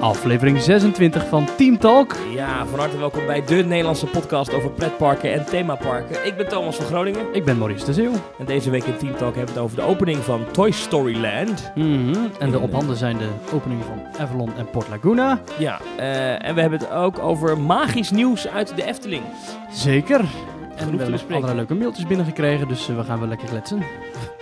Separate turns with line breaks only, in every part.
aflevering 26 van Team Talk.
Ja, van harte welkom bij de Nederlandse podcast over pretparken en themaparken. Ik ben Thomas van Groningen
Ik ben Maurice de Zeeuw.
en deze week in Team Talk hebben we het over de opening van Toy Story Land.
Mhm. En eh, de op handen zijn de openingen van Avalon en Port Laguna.
Ja, eh, en we hebben het ook over magisch nieuws uit de Efteling.
Zeker. En we
te
hebben
bespreken.
allerlei leuke mailtjes binnengekregen, dus eh, we gaan weer lekker kletsen.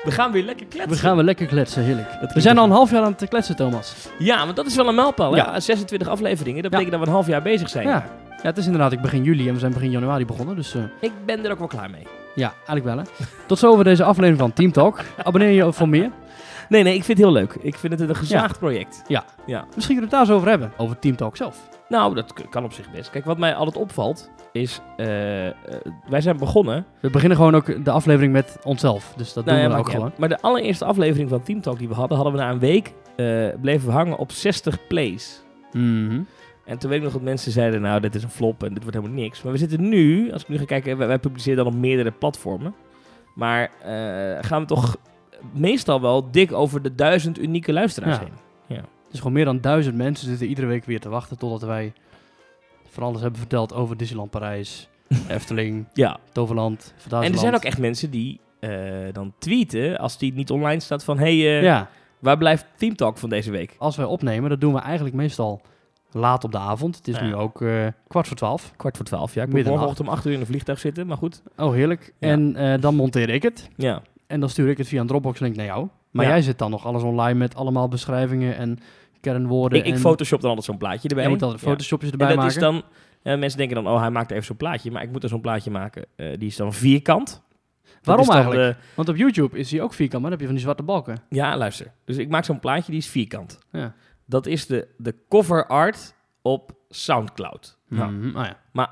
We gaan weer lekker kletsen.
We gaan weer lekker kletsen, heerlijk.
klinkt
We zijn
goed.
al een half jaar aan het kletsen, Thomas.
Ja, want dat is wel een mijlpaal hè?
Ja.
26 afleveringen, dat
Ja.
betekent dat we een half jaar bezig zijn.
Ja. ja, het is inderdaad ik begin juli en we zijn begin januari begonnen, dus eh,
Ik ben er ook wel klaar mee.
ja, eigenlijk wel hè. Tot zover deze aflevering van Team Talk. Abonneer je voor meer.
Nee, nee, ik vind het heel leuk. Ik vind het een gezaagd project.
Misschien kunnen we het daar zo over hebben, over Team Talk zelf.
Nou, dat k- kan op zich best. Kijk, wat mij altijd opvalt is, eh, eh, wij zijn begonnen
We beginnen gewoon ook de aflevering met onszelf, dus dat
Nou ja,
doen we
maakt
ook
niet
gewoon.
uit. Maar de allereerste aflevering van Team Talk die we hadden, hadden we na een week eh, bleven we hangen op 60 plays.
Mhm.
En toen weet ik nog dat mensen zeiden, nou, dit is een flop en dit wordt helemaal niks. Maar we zitten nu, als ik nu ga kijken, wij, wij publiceren dan op meerdere platformen. Maar eh, gaan we toch meestal wel dik over de duizend unieke luisteraars
Ja.
heen.
Dus gewoon meer dan duizend mensen zitten iedere week weer te wachten totdat wij van alles hebben verteld over Disneyland Parijs, Efteling,
Ja,
Toverland,
en er
Fantasieland.
zijn ook echt mensen die eh, dan tweeten, als die niet online staat, van... Hé, hey, eh,
Ja,
waar blijft Team Talk van deze week?
als wij opnemen, dat doen we eigenlijk meestal laat op de avond. Het is
Ja.
nu ook eh, kwart voor twaalf.
Kwart voor twaalf, ja. Ik moet
Middernacht.
morgenochtend om acht uur in een vliegtuig zitten, maar goed.
Oh, heerlijk.
Ja.
En eh, dan monteer ik het.
Ja,
En dan stuur ik het via een Dropbox-link naar jou. Maar
Ja.
jij zit dan nog alles online met allemaal beschrijvingen en kernwoorden.
ik, ik
en
photoshop dan altijd zo'n plaatje erbij.
Jij moet altijd
Ja.
photoshopjes
En
erbij
dat
maken.
is dan... eh, mensen denken dan, oh, hij maakt even zo'n plaatje. Maar ik moet er zo'n plaatje maken. eh, die is dan vierkant. Dat
Waarom
is dan
eigenlijk? Want op YouTube is hij ook vierkant, maar dan heb je van die zwarte balken.
de- ja, luister. Dus ik maak zo'n plaatje, die is vierkant.
Ja.
Dat is de, de cover art op Soundcloud. Nou,
Mhm, ah ja.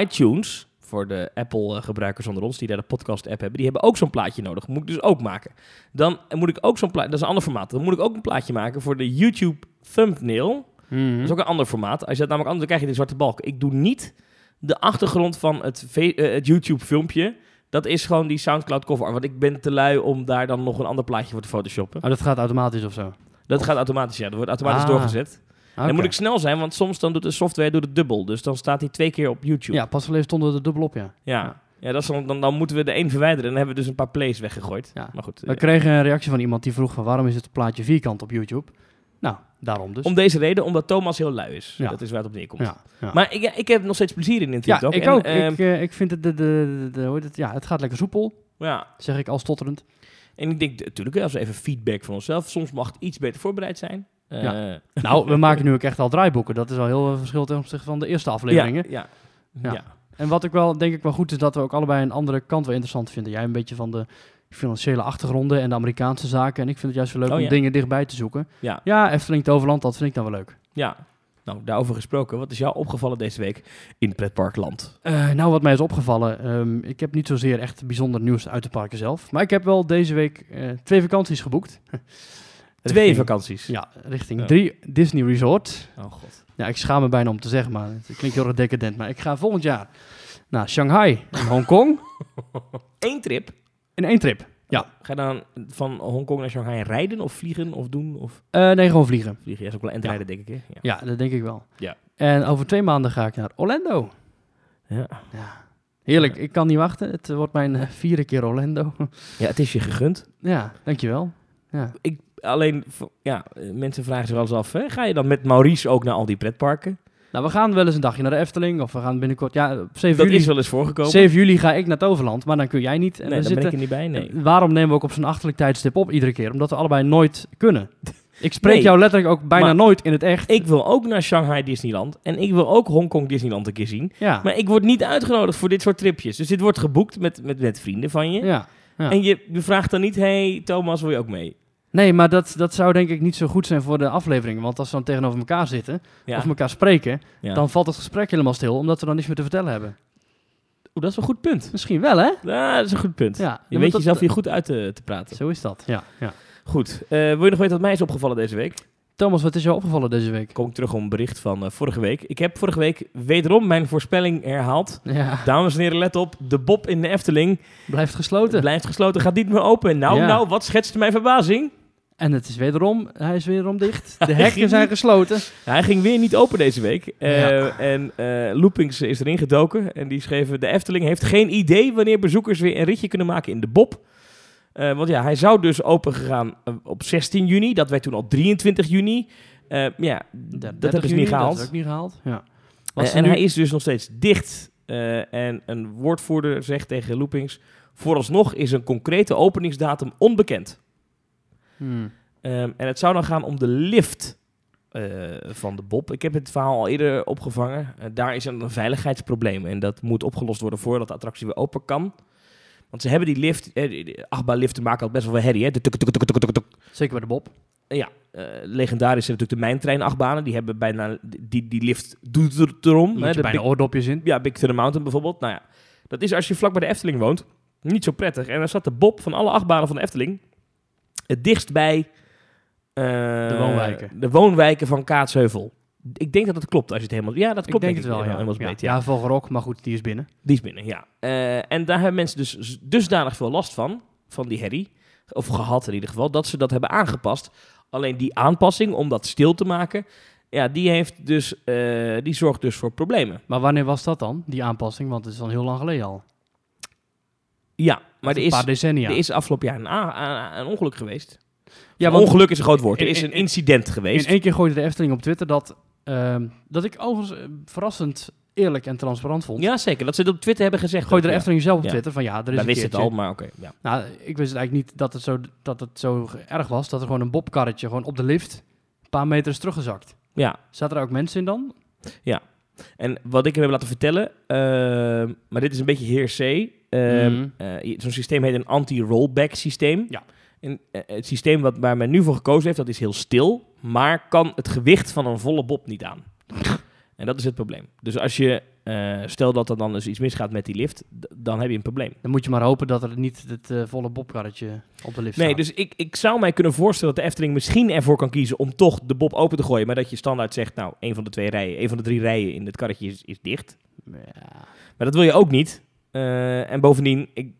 iTunes, voor de Apple-gebruikers onder ons die daar de podcast-app hebben, die hebben ook zo'n plaatje nodig. Moet ik dus ook maken. Dan moet ik ook zo'n plaatje, dat is een ander formaat. Dan moet ik ook een plaatje maken voor de YouTube thumbnail.
Mhm.
Dat is ook een ander formaat. Als je dat namelijk anders, dan krijg je de zwarte balk. Ik doe niet de achtergrond van het, ve- eh, het YouTube-filmpje. Dat is gewoon die Soundcloud cover. art, Want ik ben te lui om daar dan nog een ander plaatje voor te photoshoppen.
Oh, dat gaat automatisch of zo.
Dat gaat automatisch, ja. Dat wordt automatisch
Oh. Ah,
doorgezet.
Ah,
En
oké.
moet ik snel zijn, want soms dan doet de software doet het dubbel. Dus dan staat hij twee keer op YouTube.
Ja, pas geleden stonden er dubbel op, ja.
Ja, ja dat is dan, dan, dan moeten we de één verwijderen. Dan hebben we dus een paar plays weggegooid.
Ja.
Maar goed,
We
eh,
kregen een reactie van iemand die vroeg van waarom is het plaatje vierkant op YouTube? Nou, daarom dus.
om deze reden, omdat Thomas heel lui is.
Ja.
Dat is waar het op neerkomt.
ja, ja.
Maar ik, ja, ik heb nog steeds plezier in in
ja,
TikTok.
ik
En,
ook.
ehm,
ik, eh, ik vind het, de, de, de, de- hoe heet het, ja, het gaat lekker soepel,
ja.
zeg ik al stotterend.
En ik denk, natuurlijk, als we even feedback van onszelf. Soms mag het iets beter voorbereid zijn. Eh,
Ja. Nou, we maken nu ook echt al draaiboeken. Dat is al heel veel verschil ten opzichte van de eerste afleveringen.
Ja, ja.
Ja.
ja.
En wat ik wel, denk ik wel goed is dat we ook allebei een andere kant wel interessant vinden. Jij een beetje van de financiële achtergronden en de Amerikaanse zaken. En ik vind het juist wel leuk
Oh,
om
ja.
dingen dichtbij te zoeken.
Ja.
ja, Efteling Toverland, dat vind ik dan wel leuk.
ja. Nou, daarover gesproken. Wat is jou opgevallen deze week in pretparkland?
Eh, nou, wat mij is opgevallen, ehm, ik heb niet zozeer echt bijzonder nieuws uit de parken zelf. Maar ik heb wel deze week eh, twee vakanties geboekt.
Twee
Richting-
vakanties.
Ja, richting
Ja.
drie Disney Resort.
Oh god.
Ja, ik schaam me bijna om te zeggen, maar het klinkt heel erg decadent. Maar ik ga volgend jaar naar Shanghai en Hongkong
Eén trip.
in één trip.
Ga je dan van Hongkong naar Shanghai rijden of vliegen of doen? Of
Eh, nee, gewoon vliegen.
vliegen? Ja, is ook wel en
Ja.
rijden, denk ik. Hè? Ja.
Ja, dat denk ik wel.
Ja.
En over twee maanden ga ik naar Orlando.
Ja.
Ja. Heerlijk, ik kan niet wachten. Het eh, wordt mijn eh, vierde keer Orlando.
ja, het is je gegund.
ja, dankjewel. Ja.
Ik, alleen, v- ja, eh, mensen vragen zich wel eens af, hè, ga je dan met Maurice ook naar al die pretparken?
Nou, we gaan wel eens een dagje naar de Efteling. Of we gaan binnenkort... Ja, op 7
Dat
juli
is wel eens voorgekomen.
7 juli ga ik naar Toverland, maar dan kun jij niet. En
nee,
we
daar ben ik
zitten... Eh,
er niet bij, nee.
Waarom nemen we ook op zo'n achterlijk tijdstip op iedere keer? Omdat we allebei nooit kunnen. Ik spreek
Nee.
jou letterlijk ook bijna
Maar-
nooit in het echt.
Ik wil ook naar Shanghai Disneyland en ik wil ook Hongkong Disneyland een keer zien.
Ja.
Maar ik word niet uitgenodigd voor dit soort tripjes. Dus dit wordt geboekt met, met, met vrienden van je.
ja. ja.
En je, je vraagt dan niet, hey Thomas, wil je ook mee?
Nee, maar dat, dat zou denk ik niet zo goed zijn voor de aflevering. Want als we dan tegenover elkaar zitten
Ja.
of elkaar spreken,
Ja.
dan valt het gesprek helemaal stil, omdat we dan niets meer te vertellen hebben.
Oeh, dat is een goed punt.
Misschien wel, hè?
Ja, dat is een goed punt.
Ja.
Je weet jezelf hier goed uit eh, te, te praten.
Zo is dat. Ja, ja.
Goed, eh, wil je nog weten wat mij is opgevallen deze week?
Thomas, wat is jou opgevallen deze week?
Kom ik terug op een bericht van eh, vorige week. Ik heb vorige week wederom mijn voorspelling herhaald.
Ja,
Dames en heren, let op. De Bob in de Efteling
blijft gesloten.
blijft gesloten, gaat niet meer open. Nou,
Ja.
nou, wat schetste mijn verbazing?
En het is wederom, hij is wederom dicht. De
Hij ging
hekken zijn
niet.
gesloten.
Ja, hij ging weer niet open deze week. Eh,
Ja.
En eh, Loopings is erin gedoken. En die schreven: De Efteling heeft geen idee wanneer bezoekers weer een ritje kunnen maken in de Bob. Eh, want ja, hij zou dus open gegaan eh, op 16 juni. Dat werd toen al 23 juni. Eh, maar ja, dat
30
hebben ze
juni,
niet
Dat
gehaald.
is ook niet gehaald. Ja. Wat
Eh,
ze
en
nu-
hij is dus nog steeds dicht. Eh, en een woordvoerder zegt tegen Loopings: Vooralsnog is een concrete openingsdatum onbekend.
Hmm.
Ehm, en het zou dan gaan om de lift eh, van de Bob. Ik heb het verhaal al eerder opgevangen. Eh, daar is een veiligheidsprobleem en dat moet opgelost worden voordat de attractie weer open kan. Want ze hebben die lift, eh, die- die achtbaanliften maken altijd best wel veel herrie. Hè? De tuk, tuk, tuk, tuk, tuk, tuk.
Zeker bij de Bob.
Eh, ja, eh, legendarisch zijn natuurlijk de mijntrein achtbanen. Die hebben bijna, die, die lift doet er- erom.
Moet
hè.
je
De
bijna
Big-
oordopjes in.
ja, Big Thunder Mountain bijvoorbeeld. Nou ja, dat is als je vlak bij de Efteling woont niet zo prettig. En dan zat de Bob van alle achtbanen van de Efteling het dichtst bij eh,
De woonwijken.
de woonwijken van Kaatsheuvel. Ik denk dat dat klopt als je het helemaal... Ja, dat
Ik
klopt
denk het wel,
helemaal-
ja.
helemaal
ja.
breed, ja.
ja, Vogelrok, maar goed, die is binnen.
Die is binnen, ja. Eh, en daar hebben mensen dus z- dusdanig veel last van, van die herrie. Of gehad in ieder geval, dat ze dat hebben aangepast. Alleen die aanpassing, om dat stil te maken... Ja, die, heeft dus, eh, die zorgt dus voor problemen.
Maar wanneer was dat dan, die aanpassing? Want het is dan heel lang geleden al.
Ja, maar er
een paar
is,
decennia.
er is afgelopen jaar een, a- a- een ongeluk geweest.
ja,
Een
want
ongeluk is een groot woord. Er
in-
is
in-
een incident geweest.
in één keer gooide de Efteling op Twitter dat, ehm, dat ik overigens eh, verrassend eerlijk en transparant vond.
Ja, zeker. Dat ze het op Twitter hebben gezegd.
Gooide de
ook, ja.
Efteling zelf op
Ja.
Twitter van ja, er is
Wij
een
wisten het al,
keertje-
maar oké. ja.
Nou, ik wist eigenlijk niet dat het, zo, dat het zo erg was dat er gewoon een bobkarretje gewoon op de lift een paar meter is teruggezakt.
ja.
Zaten er ook mensen in dan?
En wat ik hem heb laten vertellen, ehm, maar dit is een beetje hearsay. Ehm,
Mhm.
eh, je- Zo'n systeem heet een anti-rollback systeem.
Ja.
En, eh, het systeem wat, waar men nu voor gekozen heeft, dat is heel stil, maar kan het gewicht van een volle bob niet aan. en dat is het probleem. Dus als je, eh, stel dat er dan dus iets misgaat met die lift, d- dan heb je een probleem.
Dan moet je maar hopen dat er niet het eh, volle bobkarretje op de lift
Nee,
staat.
dus ik, ik zou mij kunnen voorstellen dat de Efteling misschien ervoor kan kiezen om toch de bob open te gooien. Maar dat je standaard zegt, nou, een van de twee rijen, een van de drie rijen in het karretje is, is dicht.
Ja.
Maar dat wil je ook niet. Eh, en bovendien, ik,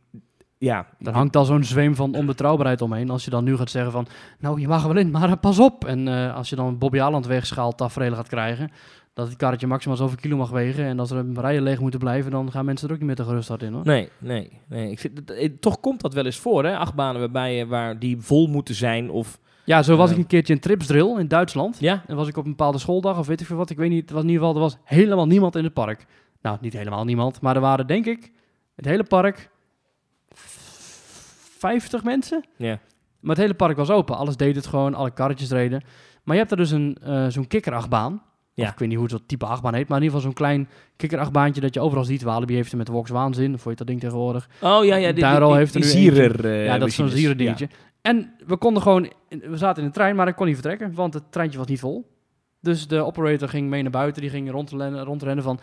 ja.
Er hangt al zo'n zweem van onbetrouwbaarheid omheen. Als je dan nu gaat zeggen van, nou je mag er wel in, maar eh, pas op. En eh, als je dan Bobby Aland wegschaal tafereel gaat krijgen, dat het karretje maximaal zoveel kilo mag wegen. En als er een rijen leeg moeten blijven, dan gaan mensen er ook niet met de gerust hart in hoor.
Nee, nee, nee. Ik vind, dat- eh, toch komt dat wel eens voor, hè? Achtbanen waarbij, je- waar die vol moeten zijn of...
Ja, zo was
Ja.
ik een keertje in Tripsdrill in Duitsland.
Ja?
En was ik op een bepaalde schooldag of weet ik veel wat. Ik weet niet, het was in ieder geval, er was helemaal niemand in het park. Nou, niet helemaal niemand, maar er waren denk ik het hele park v- 50 mensen.
Ja.
Maar het hele park was open. Alles deed het gewoon, alle karretjes reden. Maar je hebt er dus een, eh, zo'n kikkerachtbaan.
Ja.
Of ik weet niet hoe zo'n type achtbaan heet, maar in ieder geval zo'n klein kikkerachtbaantje dat je overal ziet. Walibi heeft er met Vox Waanzin, of hoe heet dat ding tegenwoordig.
Oh, ja, ja. Die,
Daar al
die,
heeft er
die
nu eentje.
zierer, eh,
ja, dat is zo'n
machines.
zieren dingetje. En we konden gewoon, we zaten in de trein, maar ik kon niet vertrekken, want het treintje was niet vol. Dus de operator ging mee naar buiten, die ging rondrennen, rondrennen van,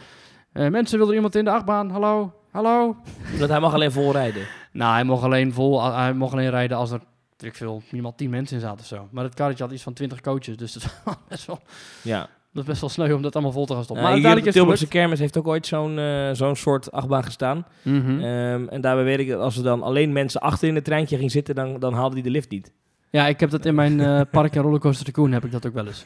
eh, mensen, wil er iemand in de achtbaan? Hallo, hallo.
Ja, want hij mag alleen volrijden.
Nou, hij mocht alleen vol, hij mocht alleen rijden als er, weet ik veel, minimaal tien mensen in zaten of zo. Maar het karretje had iets van twintig coaches, dus dat was best wel,
Ja. Nou,
dat was best wel sneu om dat allemaal vol te gaan stoppen.
maar
maar uiteindelijk is het
Tilburgse
gelukt.
kermis heeft ook ooit zo'n eh, zo'n soort achtbaan gestaan.
Mhm.
Ehm, en daarbij weet ik dat als er dan alleen mensen achter in het treintje ging zitten, dan, dan haalde die de lift niet.
Ja, ik heb dat in mijn eh, park en rollercoaster de Koen heb ik dat ook wel eens.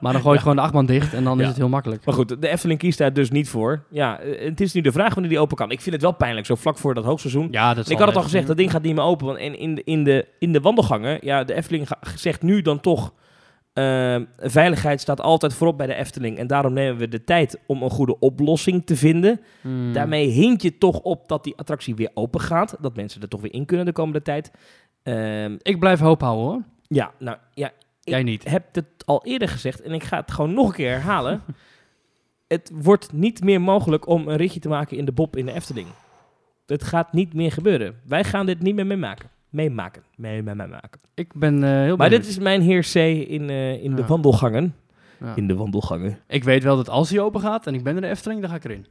maar dan gooi je gewoon de achtbaan dicht en dan
Ja.
is het heel makkelijk.
Maar goed, de Efteling kiest daar dus niet voor. Ja, eh, het is nu de vraag wanneer die open kan. Ik vind het wel pijnlijk, zo vlak voor dat hoogseizoen.
Ja, dat
En ik had het al gezegd, dat ding gaat niet meer open. Want in, in, de, in, de, in de wandelgangen, ja, de Efteling ga- zegt nu dan toch... ehm, veiligheid staat altijd voorop bij de Efteling. En daarom nemen we de tijd om een goede oplossing te vinden.
Hmm.
Daarmee hint je toch op dat die attractie weer open gaat. Dat mensen er toch weer in kunnen de komende tijd. Ehm,
Ik blijf hoop houden hoor.
ja, nou ja, Ik-
Jij niet.
ik heb het al eerder gezegd en ik ga het gewoon nog een keer herhalen. het wordt niet meer mogelijk om een ritje te maken in de Bob in de Efteling. Het gaat niet meer gebeuren. Wij gaan dit niet meer meemaken. Meemaken. Mee, mee, meemaken.
Ik ben eh, heel
Maar
benieuwd.
dit is mijn heersay in, eh, in de
Ja.
wandelgangen.
Ja.
In de wandelgangen.
Ik weet wel dat als hij open gaat en ik ben in de Efteling, dan ga ik erin.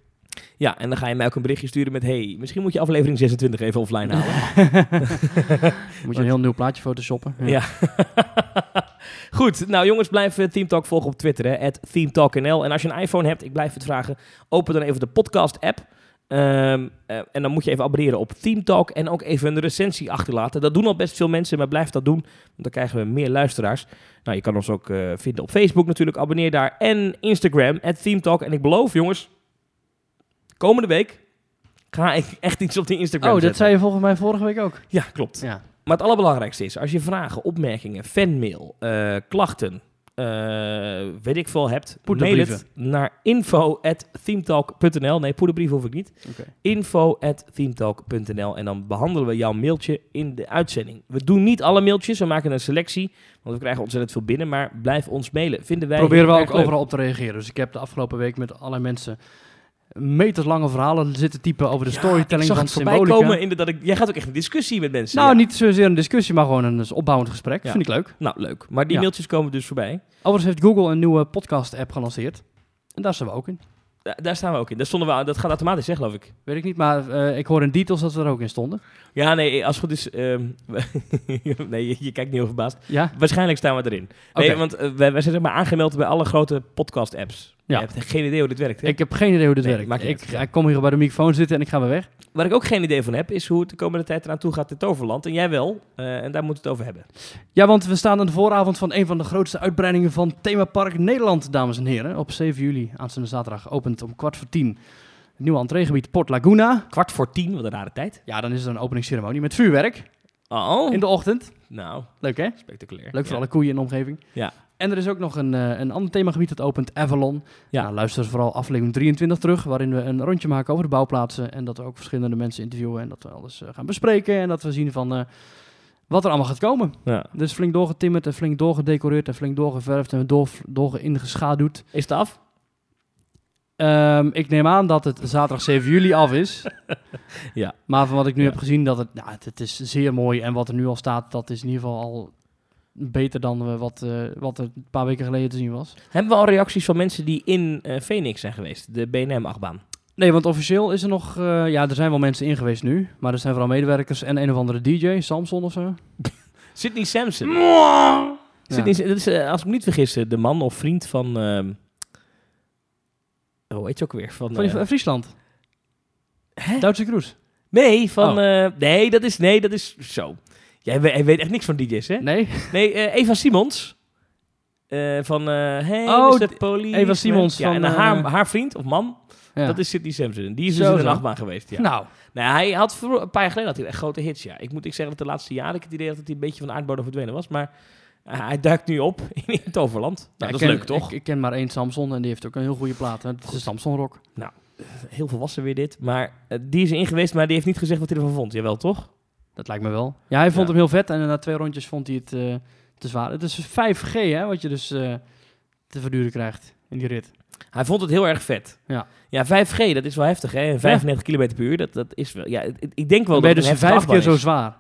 Ja, en dan ga je mij ook een berichtje sturen met... hey, misschien moet je aflevering 26 even offline halen.
Moet je een heel nieuw plaatje photoshoppen.
Ja. Goed, nou jongens, blijf eh, Team Talk volgen op Twitter, hè, at ThemeTalkNL. En als je een iPhone hebt, ik blijf het vragen, open dan even de podcast-app. Ehm, eh, en dan moet je even abonneren op Team Talk en ook even een recensie achterlaten. Dat doen al best veel mensen, maar blijf dat doen, want dan krijgen we meer luisteraars. Nou, je kan ons ook eh, vinden op Facebook natuurlijk, abonneer daar. En Instagram, at Team Talk. En ik beloof, jongens, komende week ga ik echt iets op die Instagram
Oh, dat
zetten.
zei je volgens mij vorige week ook.
Ja, klopt.
Ja.
Maar het allerbelangrijkste is, als je vragen, opmerkingen, fanmail, eh, klachten, eh, weet ik veel hebt, mail
Poederbrieven.
het naar info.themetalk.nl. Nee, poederbrief hoef ik niet.
Oké.
info.themetalk.nl en dan behandelen we jouw mailtje in de uitzending. We doen niet alle mailtjes, we maken een selectie, want we krijgen ontzettend veel binnen, maar blijf ons mailen. Vinden wij
Proberen we
heel
ook
erg leuk.
overal op te reageren. Dus ik heb de afgelopen week met allerlei mensen meterslange verhalen zitten typen over de
Ja,
storytelling
ik zag
van
het voorbij
symbolica.
komen, inderdaad. ik- Jij gaat ook echt een discussie met mensen.
Nou,
ja.
niet zozeer een discussie, maar gewoon een dus opbouwend gesprek.
Ja.
Vind ik leuk.
nou, leuk. Maar die
Ja.
mailtjes komen dus voorbij.
Overigens heeft Google een nieuwe podcast-app gelanceerd. En daar zijn we ook in.
Da- daar staan we ook in. Daar stonden we, aan- dat gaat automatisch, hè, geloof ik.
Weet ik niet, maar eh, ik hoor in details dat we er ook in stonden.
Ja, nee, als het goed is... ehm, we- nee, je, je kijkt niet heel verbaasd.
Ja?
Waarschijnlijk staan we erin. Nee,
Oké.
want eh, wij, wij zijn zeg maar aangemeld bij alle grote podcast-apps.
Ja.
Je hebt geen idee hoe dit werkt, hè?
Ik heb geen idee hoe dit
Nee,
werkt.
maakt niet
Ik,
uit.
ik kom hier bij de microfoon zitten en ik ga weer weg.
Waar ik ook geen idee van heb, is hoe het de komende tijd eraan toe gaat in Toverland. En jij wel. eh, en daar moeten we het over hebben.
Ja, want we staan aan de vooravond van een van de grootste uitbreidingen van Themapark Nederland, dames en heren. Op 7 juli, aanstaande zaterdag, opent om kwart voor tien het nieuwe entreegebied Port Laguna.
Kwart voor tien, wat een rare tijd.
Ja, dan is er een openingsceremonie met vuurwerk
Oh,
in de ochtend.
nou,
Leuk hè?
spectaculair.
Leuk voor
Ja.
alle koeien in de omgeving.
Ja.
En er is ook nog een, eh, een ander themagebied dat opent, Avalon.
Ja.
Nou, luister vooral aflevering 23 terug, waarin we een rondje maken over de bouwplaatsen. En dat we ook verschillende mensen interviewen en dat we alles eh, gaan bespreken. En dat we zien van eh, wat er allemaal gaat komen.
Ja.
Dus flink doorgetimmerd en flink doorgedecoreerd en flink doorgeverfd en door, doorgeïngeschaduwd.
Is het af?
Ehm, ik neem aan dat het zaterdag 7 juli af is.
Ja.
Maar van wat ik nu
Ja.
heb gezien, dat het, nou, het, het is zeer mooi. En wat er nu al staat, dat is in ieder geval al beter dan eh, wat, eh, wat er een paar weken geleden te zien was.
Hebben we al reacties van mensen die in eh, Phoenix zijn geweest? De BNM-achtbaan.
Nee, want officieel is er nog... eh, ja, er zijn wel mensen in geweest nu. Maar er zijn vooral medewerkers en een of andere DJ, Samson of zo.
Sydney Sampson.
Ja.
Sydney, dat is, eh, als ik me niet vergis, eh, de man of vriend van... ehm oh, hoe heet je ook weer? Van,
Van die-
eh,
van Friesland. Duitse Kroes.
nee, van...
Oh.
eh, nee, dat is... Nee, dat is zo. Jij we- hij weet echt niks van DJ's, hè?
Nee,
Nee, eh, Eva Simons. Eh, van, eh hey,
Oh,
Mr. Police.
Eva Simons
Ja,
van,
en haar,
eh,
haar vriend of man,
ja.
dat is Sidney Sampson. Die is dus
Zo,
in de
zo.
nachtbaan geweest, ja.
Nou,
Nou, hij had vro- een paar jaar geleden had hij echt grote hits, ja. Ik moet ik zeggen dat de laatste jaren ik het idee had dat hij een beetje van de aardbodem verdwenen was. Maar eh, hij duikt nu op in het overland. Nou,
Ja,
dat
ik
is
ken-
leuk, toch?
Ik, ik ken maar één Samson en die heeft ook een heel goede plaat. hè. Dat is de Samson Rock.
Heel volwassen weer dit. Maar eh, die is erin geweest, maar die heeft niet gezegd wat hij ervan vond. Jawel, toch?
Dat lijkt me wel. Ja, hij vond
Ja.
hem heel vet en na twee rondjes vond hij het eh, te zwaar. Het is 5G, hè, wat je dus eh, te verduren krijgt in die rit.
Hij vond het heel erg vet.
Ja.
Ja, 5G, dat is wel heftig, hè? En 95 km per uur, dat, dat is wel... Ja, ik- ik denk
Dan
wel
ben je
dat
dus
het een heftige
vijf
achtbaan
keer
is.
zo zwaar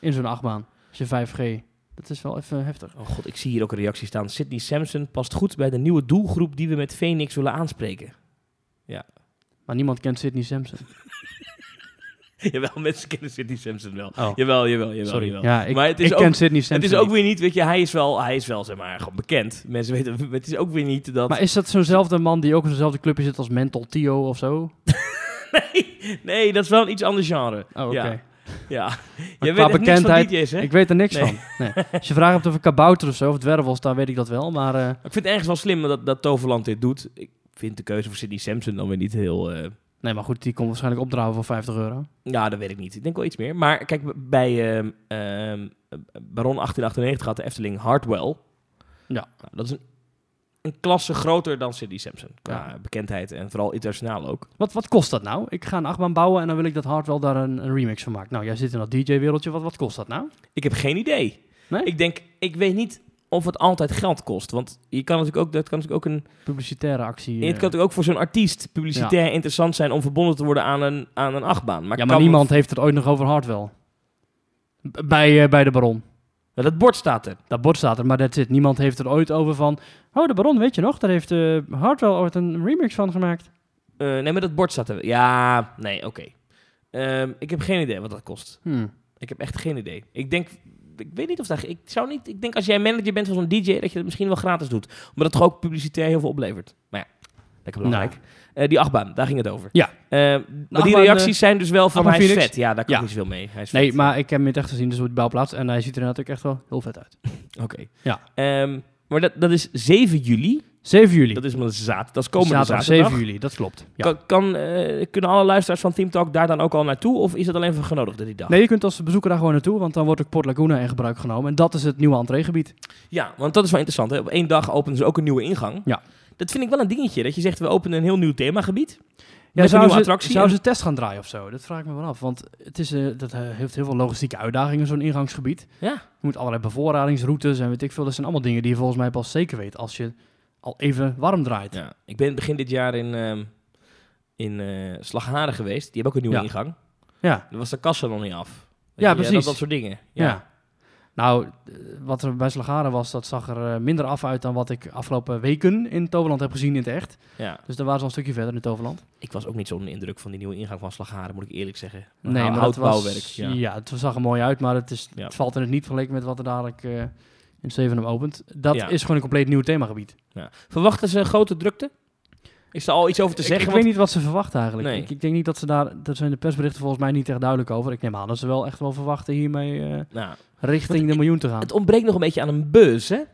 in zo'n achtbaan. Als je 5G. Dat is wel even heftig.
Oh god, ik zie hier ook een reactie staan. Sydney Sampson past goed bij de nieuwe doelgroep die we met Phoenix willen aanspreken.
Maar niemand kent Sidney Sampson.
Oh. jawel, mensen kennen Sydney Sampson wel.
Oh.
Jawel, jawel, jawel.
Sorry.
jawel.
Ja, ik,
Maar het is
ik
ook-
ken Sidney Sampson.
het is ook
niet.
weer niet, weet je, hij is wel, hij is wel zeg maar, gewoon bekend. Mensen weten, het is ook weer niet dat...
Maar is dat zo'nzelfde man die ook in zo'nzelfde clubje zit als Mental Tio of zo? Oh,
nee, dat is wel een iets ander genre.
Oh, oké.
Ja, ja.
qua
Je weet echt niks van
bekendheid-
DJ's, hè?
Ik weet er niks
Nee.
van. Nee. Als je vraagt of een kabouter of zo, of dwerg was, dan weet ik dat wel. Maar eh,
Ik vind het ergens wel slim dat, dat Toverland dit doet. Ik vind de keuze voor Sydney Sampson dan weer niet heel... eh,
nee, maar goed, die komt waarschijnlijk opdraven voor 50 euro.
Ja, dat weet ik niet. Ik denk wel iets meer. Maar kijk, b- bij ehm, ehm, Baron 1898 had de Efteling Hardwell.
Ja.
Nou, dat is een, een klasse groter dan Sidney Sampson. Qua
Ja.
bekendheid en vooral internationaal ook.
Wat, wat kost dat nou? Ik ga een achtbaan bouwen en dan wil ik dat Hardwell daar een, een remix van maakt. Nou, jij zit in dat DJ-wereldje. Wat, wat kost dat nou?
Ik heb geen idee.
Nee?
Ik denk, ik weet niet of het altijd geld kost. Want je kan natuurlijk ook, dat kan natuurlijk ook een
Publicitaire actie.
En het
eh.
kan natuurlijk ook voor zo'n artiest publicitair interessant zijn om verbonden te worden aan een, aan een achtbaan. Maar,
ja,
kan
maar niemand heeft het ooit nog over Hardwell. B- Bij, eh, bij de Baron.
Nou, dat bord staat er.
Dat bord staat er, maar dat zit. Niemand heeft er ooit over van... Oh, de Baron, weet je nog? Daar heeft eh, Hardwell ooit een remix van gemaakt.
Eh, nee, maar dat bord staat er. Ja, nee, oké. Ehm, ik heb geen idee wat dat kost.
Hmm.
Ik heb echt geen idee. Ik denk, ik weet niet of dat. Ik zou niet. Ik denk als jij manager bent van zo'n DJ dat je dat misschien wel gratis doet, omdat het toch ook publicitair heel veel oplevert. Maar ja, daar Lekker belangrijk. Eh, die achtbaan, daar ging het over.
Nou. Ja.
Eh, maar die
achtbaan,
reacties zijn dus wel van
achtbaan
hij is
Phoenix.
vet. Ja, daar kan
Ja.
ik niet zoveel mee. Hij is
Nee,
vet.
maar ik heb hem in het echt gezien, dus op de bouwplaats. En hij ziet er natuurlijk echt wel heel vet uit.
Oké.
Ja.
Ehm, maar dat, dat is 7 juli.
7 juli.
Dat is, maar zaterdag. dat is komende
Zaterdag
zaterdag.
7 juli, dat klopt. Ja.
Kan, kan, eh, kunnen alle luisteraars van Team Talk daar dan ook al naartoe? Of is dat alleen voor genodigden die dag?
Nee, je kunt als bezoeker daar gewoon naartoe, want dan wordt ook Port Laguna in gebruik genomen. En dat is het nieuwe entreegebied.
Ja, want dat is wel interessant. Hè? Op één dag openen ze ook een nieuwe ingang.
Ja.
Dat vind ik wel een dingetje. Dat je zegt, we openen een heel nieuw themagebied.
Ja,
een
zou,
nieuwe
ze,
attractie
zou
en-
ze test gaan draaien of zo? Dat vraag ik me wel af. Want het is, eh, dat eh, heeft heel veel logistieke uitdagingen, zo'n ingangsgebied.
Ja.
Je moet allerlei bevoorradingsroutes en weet ik veel. Dat zijn allemaal dingen die je volgens mij pas zeker weet als je al even warm draait.
Ja. Ik ben begin dit jaar in, ehm in eh, Slagharen geweest. Die hebben ook een nieuwe
Ja.
ingang.
Ja.
Daar was de kassa nog niet af. Weet
Ja,
je,
precies.
Dat, dat soort dingen.
Ja. Nou, eh, wat er bij Slagaren was, dat zag er eh, minder af uit dan wat ik afgelopen weken in Toverland heb gezien in het echt.
ja.
Dus daar waren ze al een stukje verder in Toverland.
Ik was ook niet zo'n indruk van die nieuwe ingang van Slagharen, moet ik eerlijk zeggen.
nee, maar dat was,
houtbouwwerk.
Ja.
Ja.
het zag er mooi uit, maar het, is,
Ja.
het valt in het niet vergeleken met wat er dadelijk eh, in Zevenum opent. Dat
Ja.
is gewoon een compleet nieuw themagebied.
Ja. Verwachten ze een grote drukte? Is er al iets over te
Ik-
zeggen?
Ik,
Want-
weet niet wat ze verwachten eigenlijk.
Nee.
Ik, ik denk niet dat ze daar... Daar zijn de persberichten volgens mij niet echt duidelijk over. Ik neem aan dat ze wel echt wel verwachten hiermee eh,
Nou,
richting de miljoen te gaan.
het ontbreekt nog een beetje aan een buzz, hè? Er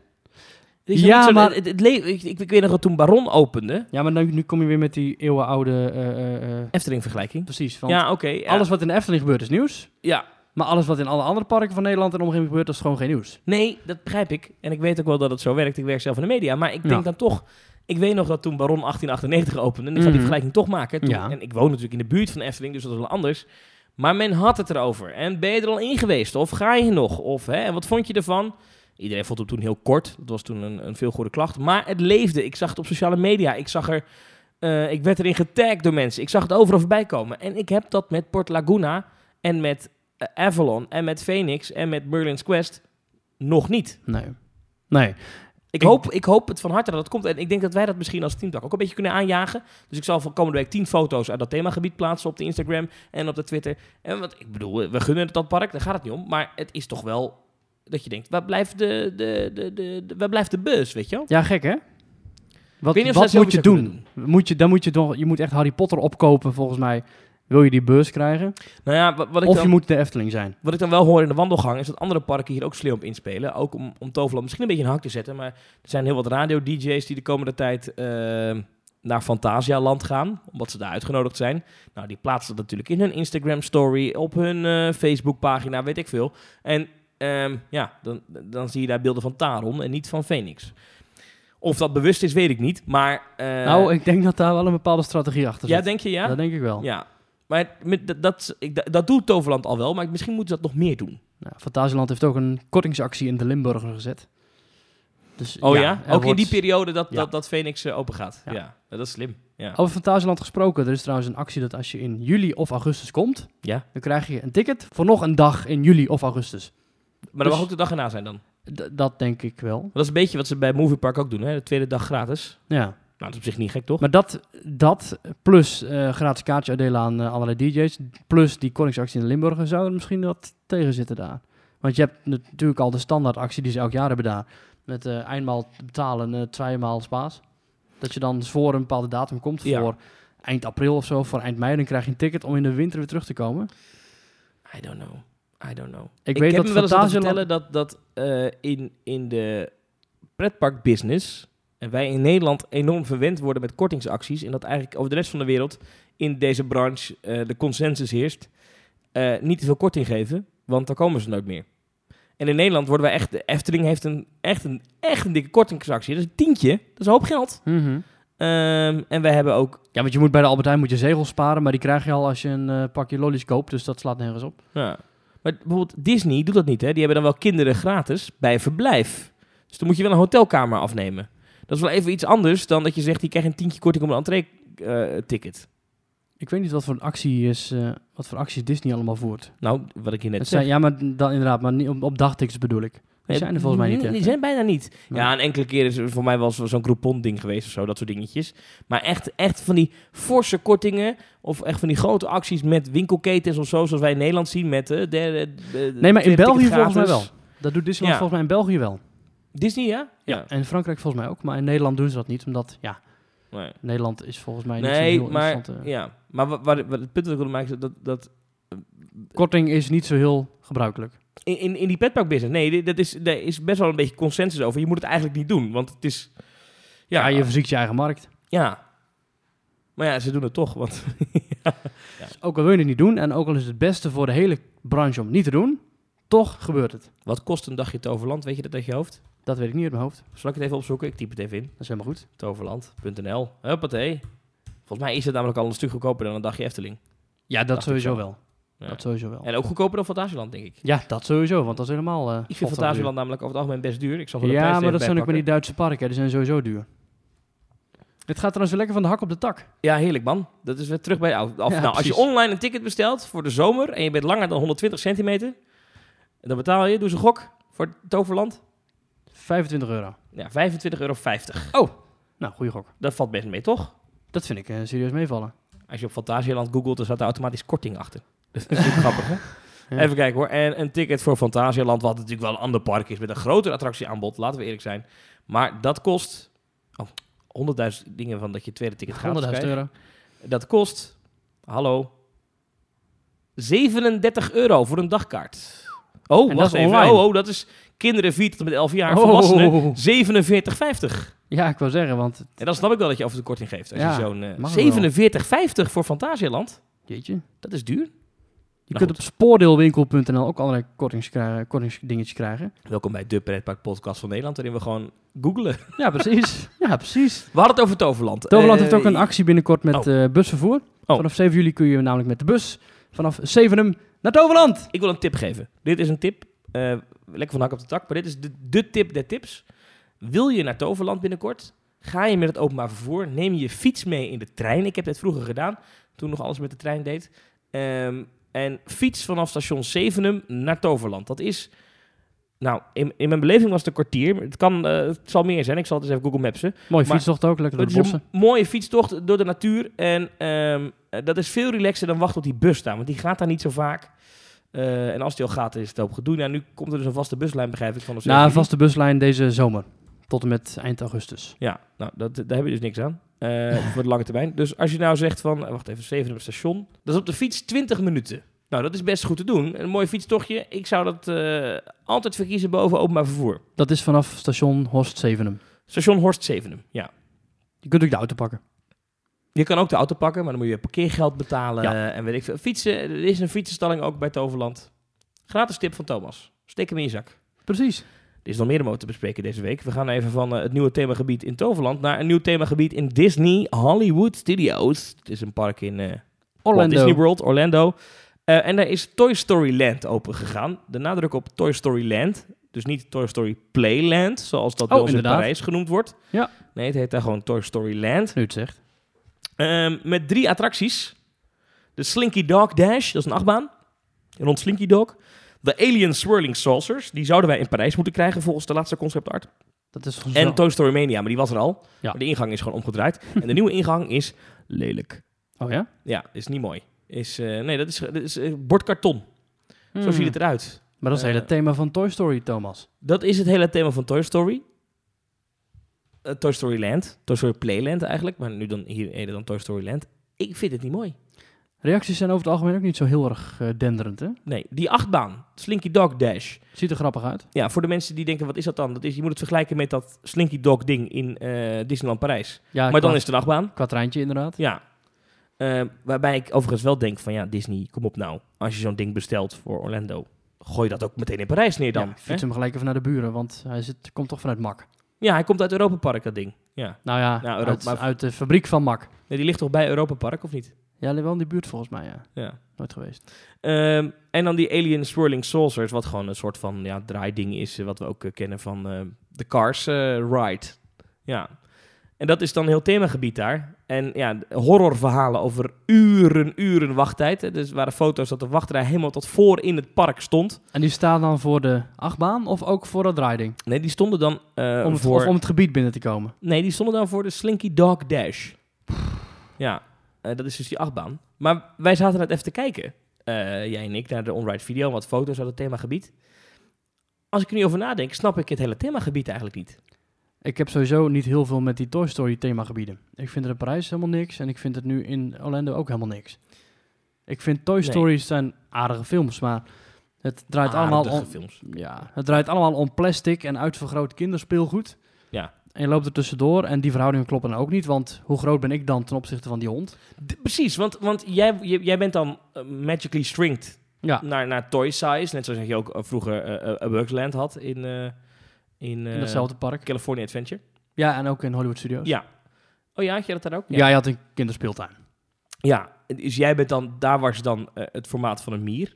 is nog
Ja,
niet zo'n-
maar-
het- het le- ik, ik, ik weet nog dat toen Baron opende,
Ja, maar nu, nu kom je weer met die eeuwenoude... eh, eh, eh,
Efteling-vergelijking.
precies, want
Ja, oké. ja.
alles wat in de Efteling gebeurt is nieuws.
Ja.
Maar alles wat in alle andere parken van Nederland en omgeving gebeurt, dat is gewoon geen nieuws.
Nee, dat begrijp ik. En ik weet ook wel dat het zo werkt. Ik werk zelf in de media. Maar ik denk
Ja.
dan toch... Ik weet nog dat toen Baron 1898 opende... en ik ga die
Mhm.
vergelijking toch maken. Toen-
Ja.
En ik woon natuurlijk in de buurt van Efteling, dus dat is wel anders. Maar men had het erover. En ben je er al in geweest? Of ga je nog? Of hè, en wat vond je ervan? Iedereen vond het toen heel kort. Dat was toen een, een veelgehoorde klacht. Maar het leefde. Ik zag het op sociale media. Ik zag er... eh, ik werd erin getagd door mensen. Ik zag het overal voorbij komen. En ik heb dat met Port Laguna en met eh, Avalon en met Phoenix en met Merlin's Quest nog niet.
Nee. Nee.
Ik
Ik-
hoop, ik hoop het van harte dat het komt. En ik denk dat wij dat misschien als teamtak ook een beetje kunnen aanjagen. Dus ik zal van komende week tien foto's uit dat themagebied plaatsen op de Instagram en op de Twitter. En wat ik bedoel, we gunnen het dat park, daar gaat het niet om. Maar het is toch wel dat je denkt, waar blijft de, de, de, de, de- waar blijft de bus, weet je wel?
Ja, gek hè? Wat,
weet niet of
wat
zij
moet je
zoiets zou
doen? Moet je, dan moet je toch, je moet echt Harry Potter opkopen volgens mij. Wil je die beurs krijgen?
Nou ja, wat, wat ik
Of je
dan,
moet de Efteling zijn.
wat ik dan wel hoor in de wandelgang is dat andere parken hier ook slim op inspelen. Ook om, om Toverland misschien een beetje een hak te zetten. Maar er zijn heel wat radio-dj's die de komende tijd eh, naar Fantasialand gaan. Omdat ze daar uitgenodigd zijn. Nou, die plaatsen dat natuurlijk in hun Instagram-story, op hun eh, Facebook-pagina, weet ik veel. En ehm, ja, dan, dan zie je daar beelden van Taron en niet van Phoenix. Of dat bewust is, weet ik niet. Maar eh,
nou, ik denk dat daar wel een bepaalde strategie achter
ja,
zit.
denk je ja?
Dat denk ik wel.
Ja. Maar met, dat, dat, ik, dat, dat doet Toverland al wel, maar misschien moeten ze dat nog meer doen.
Nou, Fantasieland heeft ook een kortingsactie in de Limburger gezet. Dus,
Oh ja?
er
Ook in
wordt-
die periode dat,
Ja.
dat, dat Phoenix eh, open gaat. Ja.
Ja. Oh,
dat is slim. Ja.
Over Fantasieland gesproken, er is trouwens een actie dat als je in juli of augustus komt,
Ja.
dan krijg je een ticket voor nog een dag in juli of augustus.
Maar dat
Dus-
mag ook de dag erna zijn dan. Want
D- dat denk ik wel.
dat is een beetje wat ze bij Movie Park ook doen, hè? De tweede dag gratis.
Ja.
Nou, dat is op zich niet gek, toch?
Maar dat, dat plus eh, gratis kaartje uitdelen aan eh, allerlei DJ's, plus die koningsactie in Limburg, zou er misschien wat tegen zitten daar. Want je hebt natuurlijk al de standaardactie die ze elk jaar hebben daar. Met eh, eenmaal betalen, eh, tweemaal spaas. Dat je dan voor een bepaalde datum komt,
Ja.
voor eind april of zo, voor eind mei. Dan krijg je een ticket om in de winter weer terug te komen.
I don't know. I don't know.
Ik, weet
heb
dat
me wel eens laten
Fantasieland...
vertellen dat, dat eh, in, in de pretparkbusiness... en wij in Nederland enorm verwend worden met kortingsacties... en dat eigenlijk over de rest van de wereld in deze branche eh, de consensus heerst... eh, niet te veel korting geven, want dan komen ze nooit meer. En in Nederland worden wij echt... De Efteling heeft een, echt, een, echt een dikke kortingsactie. Dat is een tientje, dat is een hoop geld.
Mhm.
Ehm, en wij hebben ook...
Ja, want je moet bij de Albert Heijn moet je zegels sparen, maar die krijg je al als je een eh, pakje lollies koopt. Dus dat slaat nergens op.
Ja. Maar bijvoorbeeld Disney doet dat niet, hè? Die hebben dan wel kinderen gratis bij verblijf. Dus dan moet je wel een hotelkamer afnemen. Dat is wel even iets anders dan dat je zegt... je krijgt een tientje korting op een eh, entree-ticket.
Ik weet niet wat voor een actie is, eh, wat voor acties Disney allemaal voert.
nou, wat ik hier net
Het
zei.
zijn, ja, maar dan inderdaad, maar niet op, op dagtickets bedoel ik. Die zijn er volgens mij niet.
Nee,
echt,
Die
hè?
zijn bijna niet.
Nee.
Ja, een enkele keer is er voor mij wel zo- zo'n Groupon-ding geweest of zo, dat soort dingetjes. Maar echt, echt van die forse kortingen of echt van die grote acties met winkelketens of zo, zoals wij in Nederland zien met... eh, derde, eh,
Nee, maar in
tweede
België
ticket
volgens mij wel.
gratis.
Dat doet Disneyland
Ja.
volgens mij in België wel.
Disney, ja?
En in Frankrijk volgens mij ook, maar in Nederland doen ze dat niet, omdat ja,
Nee.
Nederland is volgens mij niet
Nee,
zo'n heel
maar,
interessante...
ja. maar wa- waar, waar- het punt dat ik wilde maken is dat, dat
Korting is niet zo heel gebruikelijk.
in, in, in die petpakbusiness, nee, dit- dat is, daar is best wel een beetje consensus over. Je moet het eigenlijk niet doen, want het is...
Ja,
Ja,
je verziekt je eigen markt.
ja. maar ja, ze doen het toch, want
Dus ook al wil je het niet doen en ook al is het beste voor de hele branche om niet te doen, toch gebeurt het.
Wat kost een dagje Toverland? Weet je dat uit je hoofd?
Dat weet ik niet uit mijn hoofd.
Zal ik het even opzoeken? Ik typ het even in.
Dat is helemaal goed.
Toverland.nl. Huppatee. Volgens mij is het namelijk al een stuk goedkoper dan een dagje Efteling.
Ja, dat
Dacht ik
sowieso
zo.
wel.
Ja.
Dat sowieso wel.
En ook goedkoper dan Fantasieland, denk ik.
Ja, dat sowieso, want dat is helemaal... eh,
Ik vind
godverdomme duur.
Fantasieland namelijk over het algemeen best duur. Ik zal wel de prijs
Ja,
er
maar
even
dat zijn
bij
ook maar die
pakken.
Duitse parken. hè. Die zijn sowieso duur. Dit gaat trouwens weer lekker van de hak op de tak.
Ja, heerlijk man. Dat is weer terug bij de oude. Af,
Ja,
nou, als je
precies.
online een ticket bestelt voor de zomer en je bent langer dan 120 centimeter, dan betaal je, doe eens een gok, voor Toverland,
25 euro.
ja, 25,50 euro.
Nou, goede gok.
Dat valt best mee, toch?
Dat vind ik eh, serieus meevallen.
Als je op Fantasieland googelt, dan staat er automatisch korting achter. Dus dat is natuurlijk grappig, hè?
Ja.
Even kijken hoor. En een ticket voor Fantasieland, wat natuurlijk wel een ander park is met een groter attractieaanbod, laten we eerlijk zijn. Maar dat kost oh, 100.000 dingen van dat je tweede ticket gratis
100.000
krijgt.
euro.
Dat kost, hallo, 37 euro voor een dagkaart. Oh,
En
wacht
dat is
even.
online.
Oh, oh, dat is kinderen 4 tot en met 11 jaar,
Oh.
volwassenen 47,50.
Ja, ik wou zeggen, want...
En dan snap ik wel dat je af en toe korting geeft. Als
Ja,
je zo'n
mag
eh 47,50 voor Fantasieland,
Jeetje.
dat is duur.
Je
Nou
kunt op spoordeelwinkel.nl ook allerlei kortings krijgen, kortingsdingetjes krijgen.
Welkom bij de Pretpark Podcast van Nederland, waarin we gewoon googelen.
Ja, precies. ja, precies.
We hadden het over Toverland.
Toverland
Eh,
heeft ook een actie binnenkort met eh, busvervoer.
Oh.
Vanaf 7 juli kun je namelijk met de bus vanaf Zevenum naar Toverland.
Ik wil een tip geven. Dit is een tip. eh, lekker van hak op de tak. Maar dit is de, de tip der tips. Wil je naar Toverland binnenkort? Ga je met het openbaar vervoer? Neem je fiets mee in de trein? Ik heb dit vroeger gedaan. Toen nog alles met de trein deed. Ehm, en fiets vanaf station Zevenum naar Toverland. Dat is... Nou, in, in mijn beleving was het een kwartier. maar Het, kan, eh, het zal meer zijn. Ik zal het eens even Google Mapsen.
Mooi
Maar-
fietstocht ook, lekker door
Het
de
is een
bossen.
mooie fietstocht door de natuur. En ehm, eh, dat is veel relaxer dan wachten op die bus staan. Want die gaat daar niet zo vaak. Eh, en als die al gaat, is het ook gedoe. Nou, nu komt er dus een vaste buslijn, begrijp ik, van de
Na een
7
vaste buslijn deze zomer. Tot en met eind augustus.
Ja, nou, dat, daar heb je dus niks aan. eh, voor de lange termijn. Dus als je nou zegt van, eh, wacht even, 7 station. Dat is op de fiets 20 minuten. Nou, dat is best goed te doen. Een mooi fietstochtje. Ik zou dat eh, altijd verkiezen boven openbaar vervoer.
Dat is vanaf station Horst Zevenum.
Station Horst Zevenum, ja.
Je kunt ook de auto pakken.
Je kan ook de auto pakken, maar dan moet je parkeergeld betalen en weet ik veel. Fietsen, er is een fietsenstalling ook bij Toverland. Gratis tip van Thomas. Steek hem in je zak.
Precies.
Er is nog meer om over te bespreken deze week. We gaan even van eh, het nieuwe themagebied in Toverland naar een nieuw themagebied in Disney Hollywood Studios. Het is een park in eh, Walt
Orlando.
Disney World, Orlando. Eh, en daar is Toy Story Land open gegaan. De nadruk op Toy Story Land. Dus niet Toy Story Playland, zoals dat
Oh,
bij ons in
inderdaad.
Parijs genoemd wordt.
Ja.
Nee, het heet daar gewoon Toy Story Land.
Nu het zegt.
Ehm, met drie attracties. De Slinky Dog Dash, dat is een achtbaan. En rond Slinky Dog. De Alien Swirling Saucers, die zouden wij in Parijs moeten krijgen volgens de laatste concept art.
Dat is gewoon
En Toy Story Mania, maar die was er al.
Ja.
Maar de ingang is gewoon omgedraaid. en de nieuwe ingang is lelijk.
Oh ja?
Ja, is niet mooi. Is, eh, nee, dat is, dat is eh, bordkarton. Zo
Hmm.
ziet het eruit.
Maar dat is het hele
Eh.
thema van Toy Story, Thomas.
Dat is het hele thema van Toy Story. Eh, Toy Story Land. Toy Story Playland eigenlijk. Maar nu dan hier eerder dan Toy Story Land. Ik vind het niet mooi.
Reacties zijn over het algemeen ook niet zo heel erg eh, denderend, hè?
Nee, die achtbaan, Slinky Dog Dash.
Ziet er grappig uit.
Ja, voor de mensen die denken, wat is dat dan? Dat is, je moet het vergelijken met dat Slinky Dog ding in eh, Disneyland Parijs.
Ja,
maar dan is het een achtbaan.
Kwadrantje inderdaad.
Ja. Eh, waarbij ik overigens wel denk van, ja, Disney, kom op nou. Als je zo'n ding bestelt voor Orlando, gooi dat ook meteen in Parijs neer dan.
ja,
hè?
fiets hem gelijk even naar de buren, want hij zit, komt toch vanuit Mak.
ja, hij komt uit Europa Park, dat ding. Ja.
Nou ja,
Nou, Europa-
uit, uit de fabriek van Mak.
Nee, die ligt toch bij Europa Park, of niet?
Ja, wel in die buurt volgens mij, ja.
Ja.
Nooit geweest.
Ehm, en dan die Alien Swirling Saucers, wat gewoon een soort van ja, draaiding is, eh, wat we ook eh, kennen van eh, de Cars eh, Ride. Ja. En dat is dan een heel themagebied daar. En ja, d- horrorverhalen over uren, uren wachttijd. hè. Dus er waren foto's dat de wachtrij helemaal tot voor in het park stond.
En die staat dan voor de achtbaan of ook voor dat draaiding?
Nee, die stonden dan eh,
Om het,
voor...
Of om het gebied binnen te komen.
Nee, die stonden dan voor de Slinky Dog Dash. Ja, eh, dat is dus die achtbaan. Maar wij zaten net even te kijken, eh, jij en ik, naar de onride video, wat foto's uit het themagebied. Als ik er nu over nadenk, snap ik het hele themagebied eigenlijk niet.
Ik heb sowieso niet heel veel met die Toy Story themagebieden. Ik vind het in Parijs helemaal niks en ik vind het nu in Orlando ook helemaal niks. Ik vind Toy
Nee.
Stories zijn aardige films, maar het draait allemaal
Ah, Aardige
om...
films.
Ja, het draait allemaal om plastic en uitvergroot kinderspeelgoed.
Ja.
En je loopt er tussendoor en die verhoudingen kloppen ook niet, want hoe groot ben ik dan ten opzichte van die hond?
D- precies, want, want jij, j- jij bent dan eh, magically stringed
Ja.
naar, naar toy size. Net zoals je ook eh, vroeger eh, eh, Bugs Land had in, eh, in, eh,
In datzelfde park.
California Adventure.
Ja, en ook in Hollywood Studios.
Ja. Oh ja, had je dat daar ook?
Ja, je had een kinderspeeltuin.
Ja, dus jij bent dan, daar was dan eh, het formaat van een mier.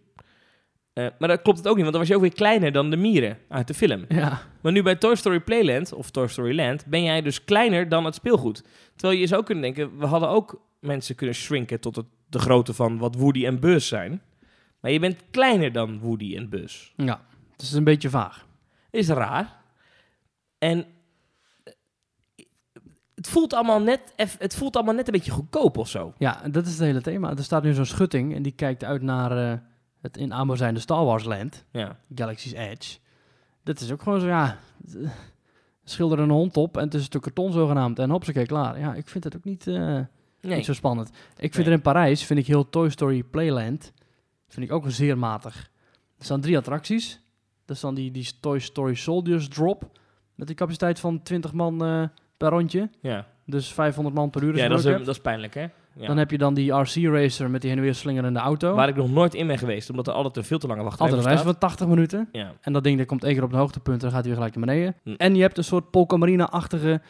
Eh, maar dat klopt het ook niet, want dan was je ook weer kleiner dan de mieren uit de film.
Ja.
Maar nu bij Toy Story Playland, of Toy Story Land, ben jij dus kleiner dan het speelgoed. Terwijl je zou kunnen denken, we hadden ook mensen kunnen shrinken tot het, de grootte van wat Woody en Buzz zijn. Maar je bent kleiner dan Woody en Buzz.
Ja, Dus het is een beetje vaag.
is raar. En eh, het voelt allemaal net, eff- het voelt allemaal net een beetje goedkoop of zo.
Ja, en dat is het hele thema. Er staat nu zo'n schutting en die kijkt uit naar eh, het in aanbouw zijnde Star Wars Land,
Ja.
Galaxy's Edge. Dat is ook gewoon zo, ja, eh, schilder een hond op en het is een stuk karton zogenaamd en hopsakee, klaar. Ja, ik vind het ook niet, eh,
Nee.
niet zo spannend. Ik vind
Nee.
er in Parijs, vind ik heel Toy Story Playland, vind ik ook een zeer matig. Er staan drie attracties. Dat is dan die, die Toy Story Soldiers Drop, met een capaciteit van 20 man eh, per rondje.
Ja,
Dus 500 man per uur.
ja
het
dat, is,
druk
eh,
hebt.
dat is pijnlijk, hè? Ja.
Dan heb je dan die RC Racer met die heen en weer slingerende auto.
Waar ik nog nooit in ben geweest, omdat er altijd een veel te lange wachtrij
Oh. Altijd een
voor
reis
staat.
van 80 minuten.
Ja.
En dat ding dat komt één keer op het hoogtepunt en dan gaat hij weer gelijk naar beneden.
Hm.
En je hebt een soort Polkamarina-achtige,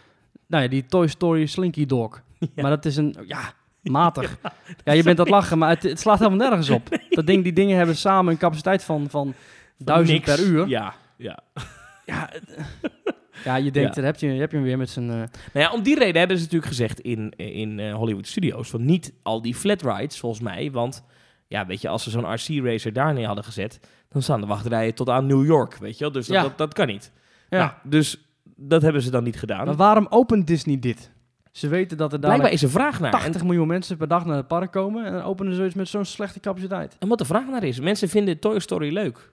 nou ja, die Toy Story Slinky Dog.
Ja.
Maar dat is een, ja, matig. Ja, je bent dat lachen, maar het, het slaat helemaal nergens op. Dat ding, die dingen hebben samen een capaciteit van, van duizend
Niks.
per uur. Ja,
Ja, ja.
je denkt,
Ja.
daar heb je, heb je hem weer met zijn... eh,
Nou ja, om die reden hebben ze natuurlijk gezegd in, in eh, Hollywood Studios... van niet al die flat rides, volgens mij. Want ja, weet je, als ze zo'n RC-racer daar neer hadden gezet... dan staan de wachtrijen tot aan New York, weet je wel. Dus dat,
Ja.
dat, dat kan niet.
ja.
Nou, dus dat hebben ze dan niet gedaan.
Maar waarom opent Disney dit? Ze weten dat er dadelijk
Blijkbaar is er vraag naar. En,
80 miljoen mensen per dag naar het park komen en dan openen ze zoiets met zo'n slechte capaciteit.
en wat de vraag naar is, mensen vinden Toy Story leuk.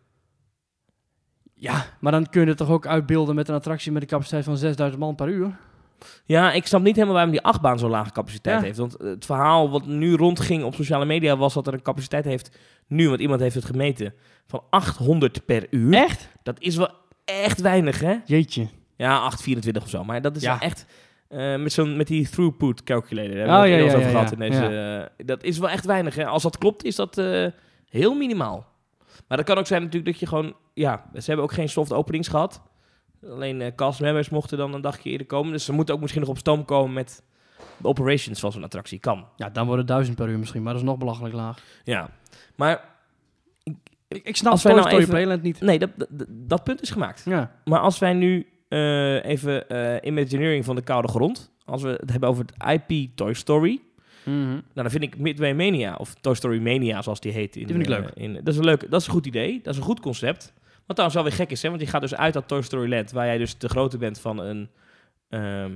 Ja, maar dan kun je het toch ook uitbeelden met een attractie met een capaciteit van 6000 man per uur?
Ja, ik snap niet helemaal waarom die achtbaan zo'n lage capaciteit
Ja.
heeft. Want eh, het verhaal wat nu rondging op sociale media was dat er een capaciteit heeft nu, want iemand heeft het gemeten, van 800 per uur.
Echt?
Dat is wel echt weinig, hè?
Jeetje.
Ja, 824 of zo. Maar dat is
Ja.
wel echt. eh, met, zo'n, met die throughput calculator. Daar
Oh,
hebben we het
ja,
inmiddels
ja, ja,
over gehad.
ja.
in deze, eh, dat is wel echt weinig. Hè? Als dat klopt, is dat eh, heel minimaal. Maar dat kan ook zijn natuurlijk dat je gewoon... Ja, ze hebben ook geen soft openings gehad. Alleen eh castmembers mochten dan een dagje eerder komen. Dus ze moeten ook misschien nog op stoom komen met de operations van zo'n attractie. Kan.
Ja, dan worden 1000 per uur misschien, maar dat is nog belachelijk laag.
Ja. Maar
Ik, ik snap
Als
Toy
wij nou
Story
even-
Playland niet.
nee, dat, dat, dat punt is gemaakt.
Ja.
Maar als wij nu eh, even eh Imagineering van de koude grond... Als we het hebben over het IP Toy Story... Nou, dan vind ik Midway Mania, of Toy Story Mania, zoals die heet. In,
Die vind ik
eh,
leuk.
in, dat, is een leuk dat is een goed idee, dat is een goed concept. Wat trouwens wel weer gek is, hè, want je gaat dus uit dat Toy Story Land, waar jij dus de grootte bent van een... ehm,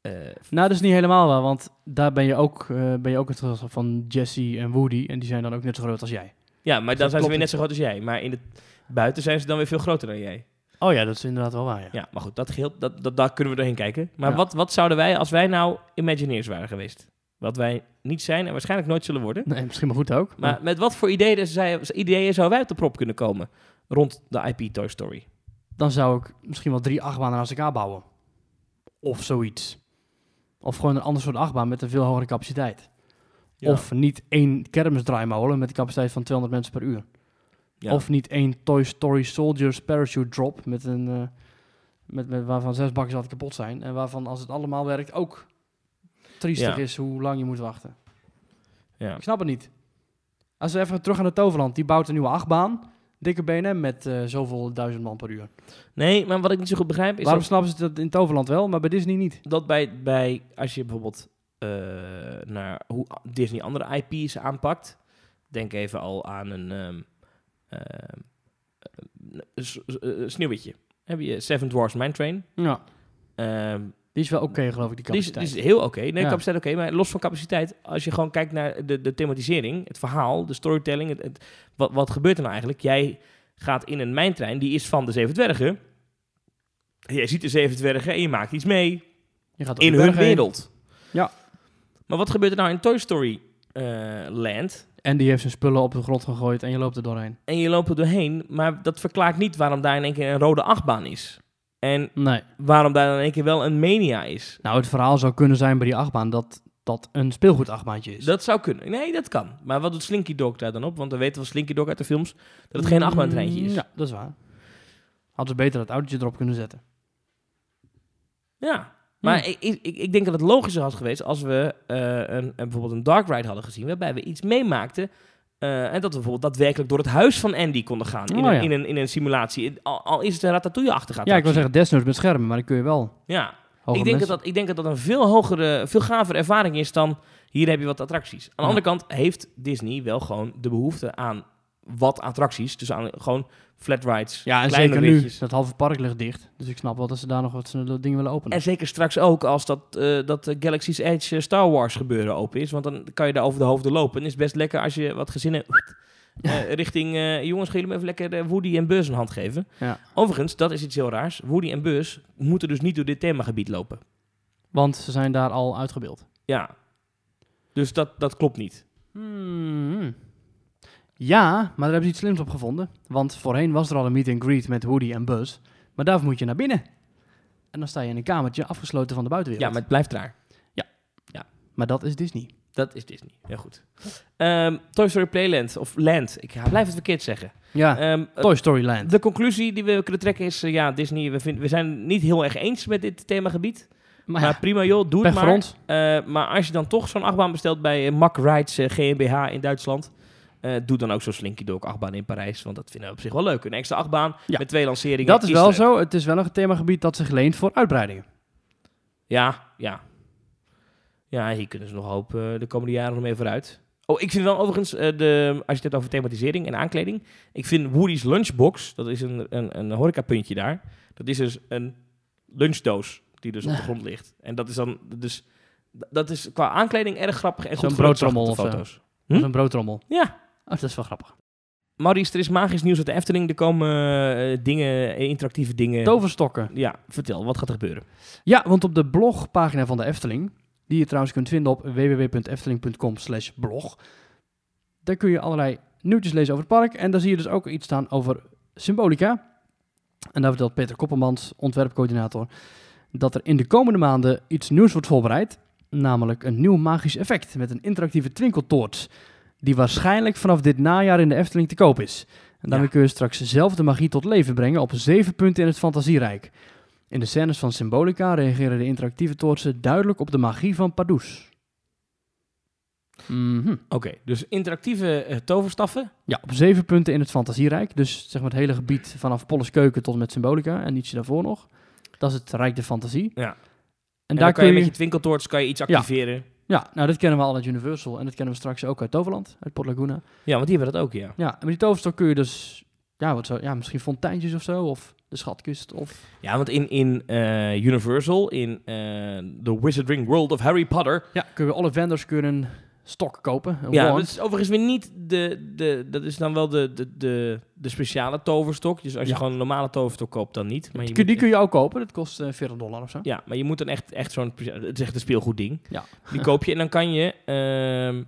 eh,
Nou, dat is niet helemaal waar, want daar ben je ook, eh, ben je ook het gezelschap van Jesse en Woody en die zijn dan ook net zo groot als jij.
ja, maar dan
dat
zijn ze weer
klopt.
net zo groot als jij. Maar in het buiten zijn ze dan weer veel groter dan jij.
Oh ja, dat is inderdaad wel waar, ja.
Ja, maar goed, dat geheel, dat, dat, daar kunnen we doorheen kijken. Maar
Ja.
wat, wat zouden wij, als wij nou Imagineers waren geweest? Wat wij niet zijn en waarschijnlijk nooit zullen worden.
Nee, misschien maar goed ook.
Maar met wat voor ideeën, zij- ideeën zouden wij op de prop kunnen komen rond de IP Toy Story?
dan zou ik misschien wel drie achtbanen naast elkaar bouwen. Of zoiets. Of gewoon een ander soort achtbaan met een veel hogere capaciteit.
Ja.
Of niet één kermisdraaimolen met een capaciteit van 200 mensen per uur.
Ja.
Of niet één Toy Story Soldiers Parachute Drop met een... eh, met, met waarvan zes bakjes altijd kapot zijn. En waarvan als het allemaal werkt ook triestig
Ja.
is hoe lang je moet wachten.
Ja.
Ik snap het niet. Als we even terug naar het Toverland. Die bouwt een nieuwe achtbaan. Dikke benen met eh, zoveel duizend man per uur.
Nee, maar wat ik niet zo goed begrijp is
Waarom snappen ze dat in Toverland wel, maar bij Disney niet?
dat, dat bij, bij, als je bijvoorbeeld eh, naar hoe Disney andere IP's aanpakt, denk even al aan een ehm, ehm, eh, s- s- eh, sneeuwwitje. Heb je Seven Dwarfs Mine Train?
Ja.
Ehm,
Die is wel oké, geloof ik, die
die, is, die
capaciteit.
is heel oké. Nee,
Ja.
capaciteit oké, maar los van capaciteit, als je gewoon kijkt naar de, de thematisering, het verhaal, de storytelling, het, het- wat, wat gebeurt er nou eigenlijk? Jij gaat in een mijntrein, die is van de Zeven Dwergen, Jij ziet de zeven dwergen en je maakt iets mee
Je gaat
in
over de
hun
berg heen.
wereld.
Ja.
Maar wat gebeurt er nou in Toy Story eh, Land?
En die heeft zijn spullen op de grond gegooid en je loopt er doorheen.
En je loopt er doorheen, maar dat verklaart niet waarom daar in één keer een rode achtbaan is. En
Nee.
waarom daar in één keer wel een mania is.
Nou, het verhaal zou kunnen zijn bij die achtbaan dat dat een speelgoedachtbaantje is.
Dat zou kunnen. Nee, dat kan. Maar wat doet Slinky Dog daar dan op? Want we weten van Slinky Dog uit de films dat het geen achtbaantreintje is.
Mm, Ja, dat is waar. Hadden ze beter dat autootje erop kunnen zetten.
Ja. Maar
Hmm.
ik, ik, ik ik denk dat het logischer had geweest als we eh, een, een- bijvoorbeeld een dark ride hadden gezien, waarbij we iets meemaakten. eh, en dat we bijvoorbeeld daadwerkelijk door het huis van Andy konden gaan. In,
Oh,
een,
ja.
in, een, in een simulatie. Al, al is het een ratatouille-achtige
Ja, ik wil
attractie.
zeggen desnoods met schermen, maar dan kun je wel.
Ja,
hoger
ik denk, dat
mensen-
dat, ik denk dat dat een veel hogere, veel gavere ervaring is dan hier heb je wat attracties. Aan de
Ja.
andere kant heeft Disney wel gewoon de behoefte aan wat attracties. Dus aan gewoon flat rides,
Ja, en
kleine
zeker nu.
ritjes.
Dat halve park ligt dicht. Dus ik snap wel dat ze daar nog wat eh, dingen willen openen.
En zeker straks ook als dat, eh, dat eh, Galaxy's Edge eh, Star Wars gebeuren open is. Want dan kan je daar over de hoofden lopen. En is best lekker als je wat gezinnen eh, richting... eh, jongens, gaan jullie me even lekker eh, Woody en Buzz een hand geven?
Ja.
Overigens, dat is iets heel raars. Woody en Buzz moeten dus niet door dit themagebied lopen.
Want ze zijn daar al uitgebeeld.
Ja. Dus dat, dat klopt niet.
Hmm. Ja, maar daar hebben ze iets slims op gevonden. Want voorheen was er al een meet and greet met Woody en Buzz. Maar daarvoor moet je naar binnen. En dan sta je in een kamertje afgesloten van de
Ja,
buitenwereld.
maar het blijft raar.
maar dat is Disney.
Dat is Disney. Heel goed. Ehm, Toy Story Playland, of Land. Ik ga- blijf het verkeerd zeggen.
Ja,
Ehm,
Ah, Eh, Toy Story Land.
de conclusie die we kunnen trekken is... eh, ja, Disney, we, vinden we zijn niet heel erg eens met dit themagebied.
Maar
Maar
ja,
prima joh, doe
pech
het
voor
maar.
ons.
Eh, maar als je dan toch zo'n achtbaan bestelt bij eh, Mack Rides eh, GmbH in Duitsland... eh, doe dan ook zo'n Slinky Dog achtbaan in Parijs. Want dat vinden we op zich wel leuk. Een extra achtbaan
Ja.
met twee lanceringen. eh,
Dat is wel
leuk.
zo. Het is wel een themagebied dat zich leent voor uitbreidingen.
Ja, ja. Ja, hier kunnen ze nog hoop eh, de komende jaren nog mee vooruit. Oh, ik vind wel overigens, eh, de, als je het hebt over thematisering en aankleding. Ik vind Woody's Lunchbox, dat is een, een, een horecapuntje daar. Dat is dus een lunchdoos die dus op de grond ligt. En dat is dan, dus, dat is qua aankleding erg grappig. En
Zo'n
goed gelukt, zag ik op
broodtrommel
de
of
foto's. Hm?
Dat is een broodtrommel.
Ja.
Oh, dat is wel grappig.
Maurice, er is magisch nieuws uit de Efteling. Er komen eh, dingen, eh, interactieve dingen.
Toverstokken.
Ja, vertel, wat gaat er gebeuren?
Ja, want op de blogpagina van de Efteling, die je trouwens kunt vinden op www.efteling.com slash blog, daar kun je allerlei nieuwtjes lezen over het park. En daar zie je dus ook iets staan over symbolica. En daar vertelt Peter Koppelmans, ontwerpcoördinator, dat er in de komende maanden iets nieuws wordt voorbereid. Namelijk een nieuw magisch effect met een interactieve twinkeltoorts, die waarschijnlijk vanaf dit najaar in de Efteling te koop is. En daarmee
Ja.
kun je straks zelf de magie tot leven brengen op zeven punten in het fantasierijk. In de scènes van Symbolica reageren de interactieve toortsen duidelijk op de magie van Pardoes. Mhm.
Oké, dus interactieve eh, toverstaffen.
Ja, op zeven punten in het Fantasierijk. Dus zeg maar het hele gebied vanaf Polles Keuken tot en met Symbolica en ietsje daarvoor nog. Dat is het Rijk der Fantasie.
Ja.
En,
En,
daar
dan kan
kun
je
je...
met je twinkeltoorts kan je iets activeren. Ja,
Ja, nou dit kennen we al uit Universal en dat kennen we straks ook uit Toverland, uit Port Laguna.
want die hebben dat ook, ja.
Ja, en met die toverstok kun je dus, ja, wat zo, ja misschien fonteintjes of zo, of de schatkist, of...
Ja, want in, in eh, Universal, in eh The Wizarding World of Harry Potter...
Ja, kun je alle vendors kunnen een stok kopen, een
Ja,
wand.
dat is overigens weer niet de... de dat is dan wel de, de, de, de speciale toverstok. Dus als je
Ja.
gewoon een normale toverstok koopt, dan niet. Maar je
Die
moet
kun je ook kopen, dat kost eh 40 dollar of zo.
Ja, maar je moet dan echt, echt zo'n... Het is echt een speelgoedding.
Ja.
Die koop je en dan kan je... ehm,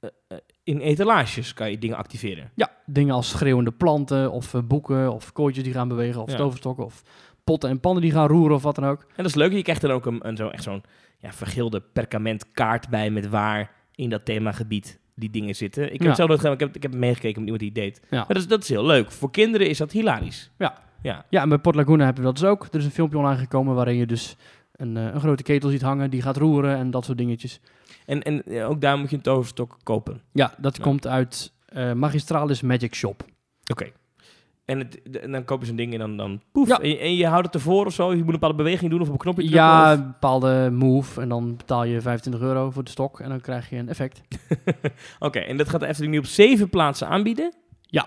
eh, eh, in etalages kan je dingen activeren.
Ja, dingen als schreeuwende planten of eh, boeken of kooitjes die gaan bewegen of
Ja.
toverstokken of potten en pannen die gaan roeren of wat dan ook.
En dat is leuk. Je krijgt dan ook een, een zo, echt zo'n ja, vergilde perkament kaart bij met waar in dat themagebied die dingen zitten. Ik heb
Ja.
het zelf nooit gedaan, maar ik heb, ik heb meegekeken met iemand die het deed.
Ja.
Maar dat is, dat is heel leuk. Voor kinderen is dat hilarisch.
Ja.
Ja.
Ja, en bij Port Laguna hebben we dat dus ook. Er is een filmpje online gekomen waarin je dus een, eh, een grote ketel ziet hangen die gaat roeren en dat soort dingetjes.
En, en eh, ook daar moet je een toverstok kopen.
Ja, dat
Ja.
komt uit eh, Magistralis Magic Shop.
Oké. En, het, de- en dan kopen ze een ding en dan, dan poef.
Ja.
En, en je houdt het ervoor of zo. Je moet een bepaalde beweging doen of op een knopje drukken.
Ja,
of-
een bepaalde move en dan betaal je 25 euro voor de stok en dan krijg je een effect.
Oké, en dat gaat de Efteling nu op zeven plaatsen aanbieden.
Ja.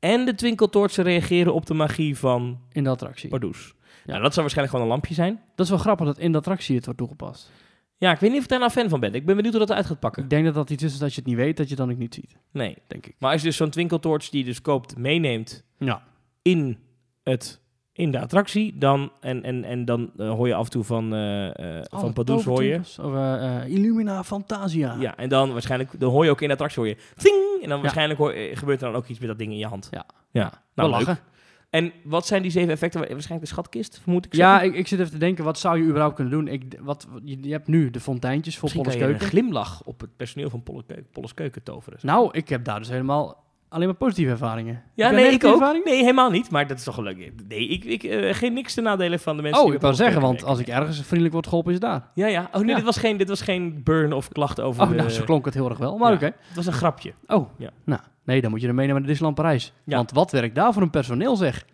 En de twinkeltoortsen reageren op de magie van
In de attractie.
Pardoes.
Ja.
Nou, dat zou waarschijnlijk gewoon een lampje zijn.
Dat is wel grappig dat in de attractie het wordt toegepast.
Ja, ik weet niet of ik daar nou fan van ben. Ik ben benieuwd hoe dat uit gaat pakken.
Ik denk dat dat iets is dat als je het niet weet, dat je het dan ook niet ziet,
Nee.
denk ik.
Maar als je dus zo'n twinkeltoorts die je dus koopt, meeneemt
Ja.
in het in de attractie. Dan, en, en, en dan eh, hoor je af en toe van, eh eh van Padoes hoor je.
Of, eh, eh, Illumina Fantasia.
Ja, en dan waarschijnlijk, dan hoor je ook in de attractie hoor je ting, en dan
Ja.
waarschijnlijk hoor, eh, gebeurt er dan ook iets met dat ding in je hand.
Ja.
ja.
Nou,
Nou, leuk.
lachen.
En wat zijn die zeven effecten? Wa- Waarschijnlijk de schatkist, vermoed ik.
Ja,
zeggen.
ik, ik zit even te denken, wat zou je überhaupt kunnen doen? Ik, wat, je, je hebt nu de fonteintjes voor
Misschien
Polles
kan je een
Keuken.
glimlach op het personeel van Polles Keuken, Polles Keuken toveren.
Nou, ik heb daar dus helemaal alleen maar positieve ervaringen. Heb jij
ja, nee, ik
negatieve
ook.
ervaringen?
Nee, helemaal niet. Maar dat is toch wel leuk. Nee, ik, ik, eh, geen niks te nadelen van de mensen
Oh,
die
ik
bij
wou
Polles
zeggen, want
Keuken
als ik ergens vriendelijk word geholpen, is het daar.
werken. Ja, ja. Oh nee,
Ja.
Dit, was geen, dit was geen burn of klacht over...
Oh,
de-
nou, zo klonk het heel erg wel. Maar
ja.
oké.
Het was een grapje.
Oh,
Ja.
nou, nee, dan moet je er mee naar Disneyland Parijs.
Ja.
Want wat werkt daar voor een personeel, zeg.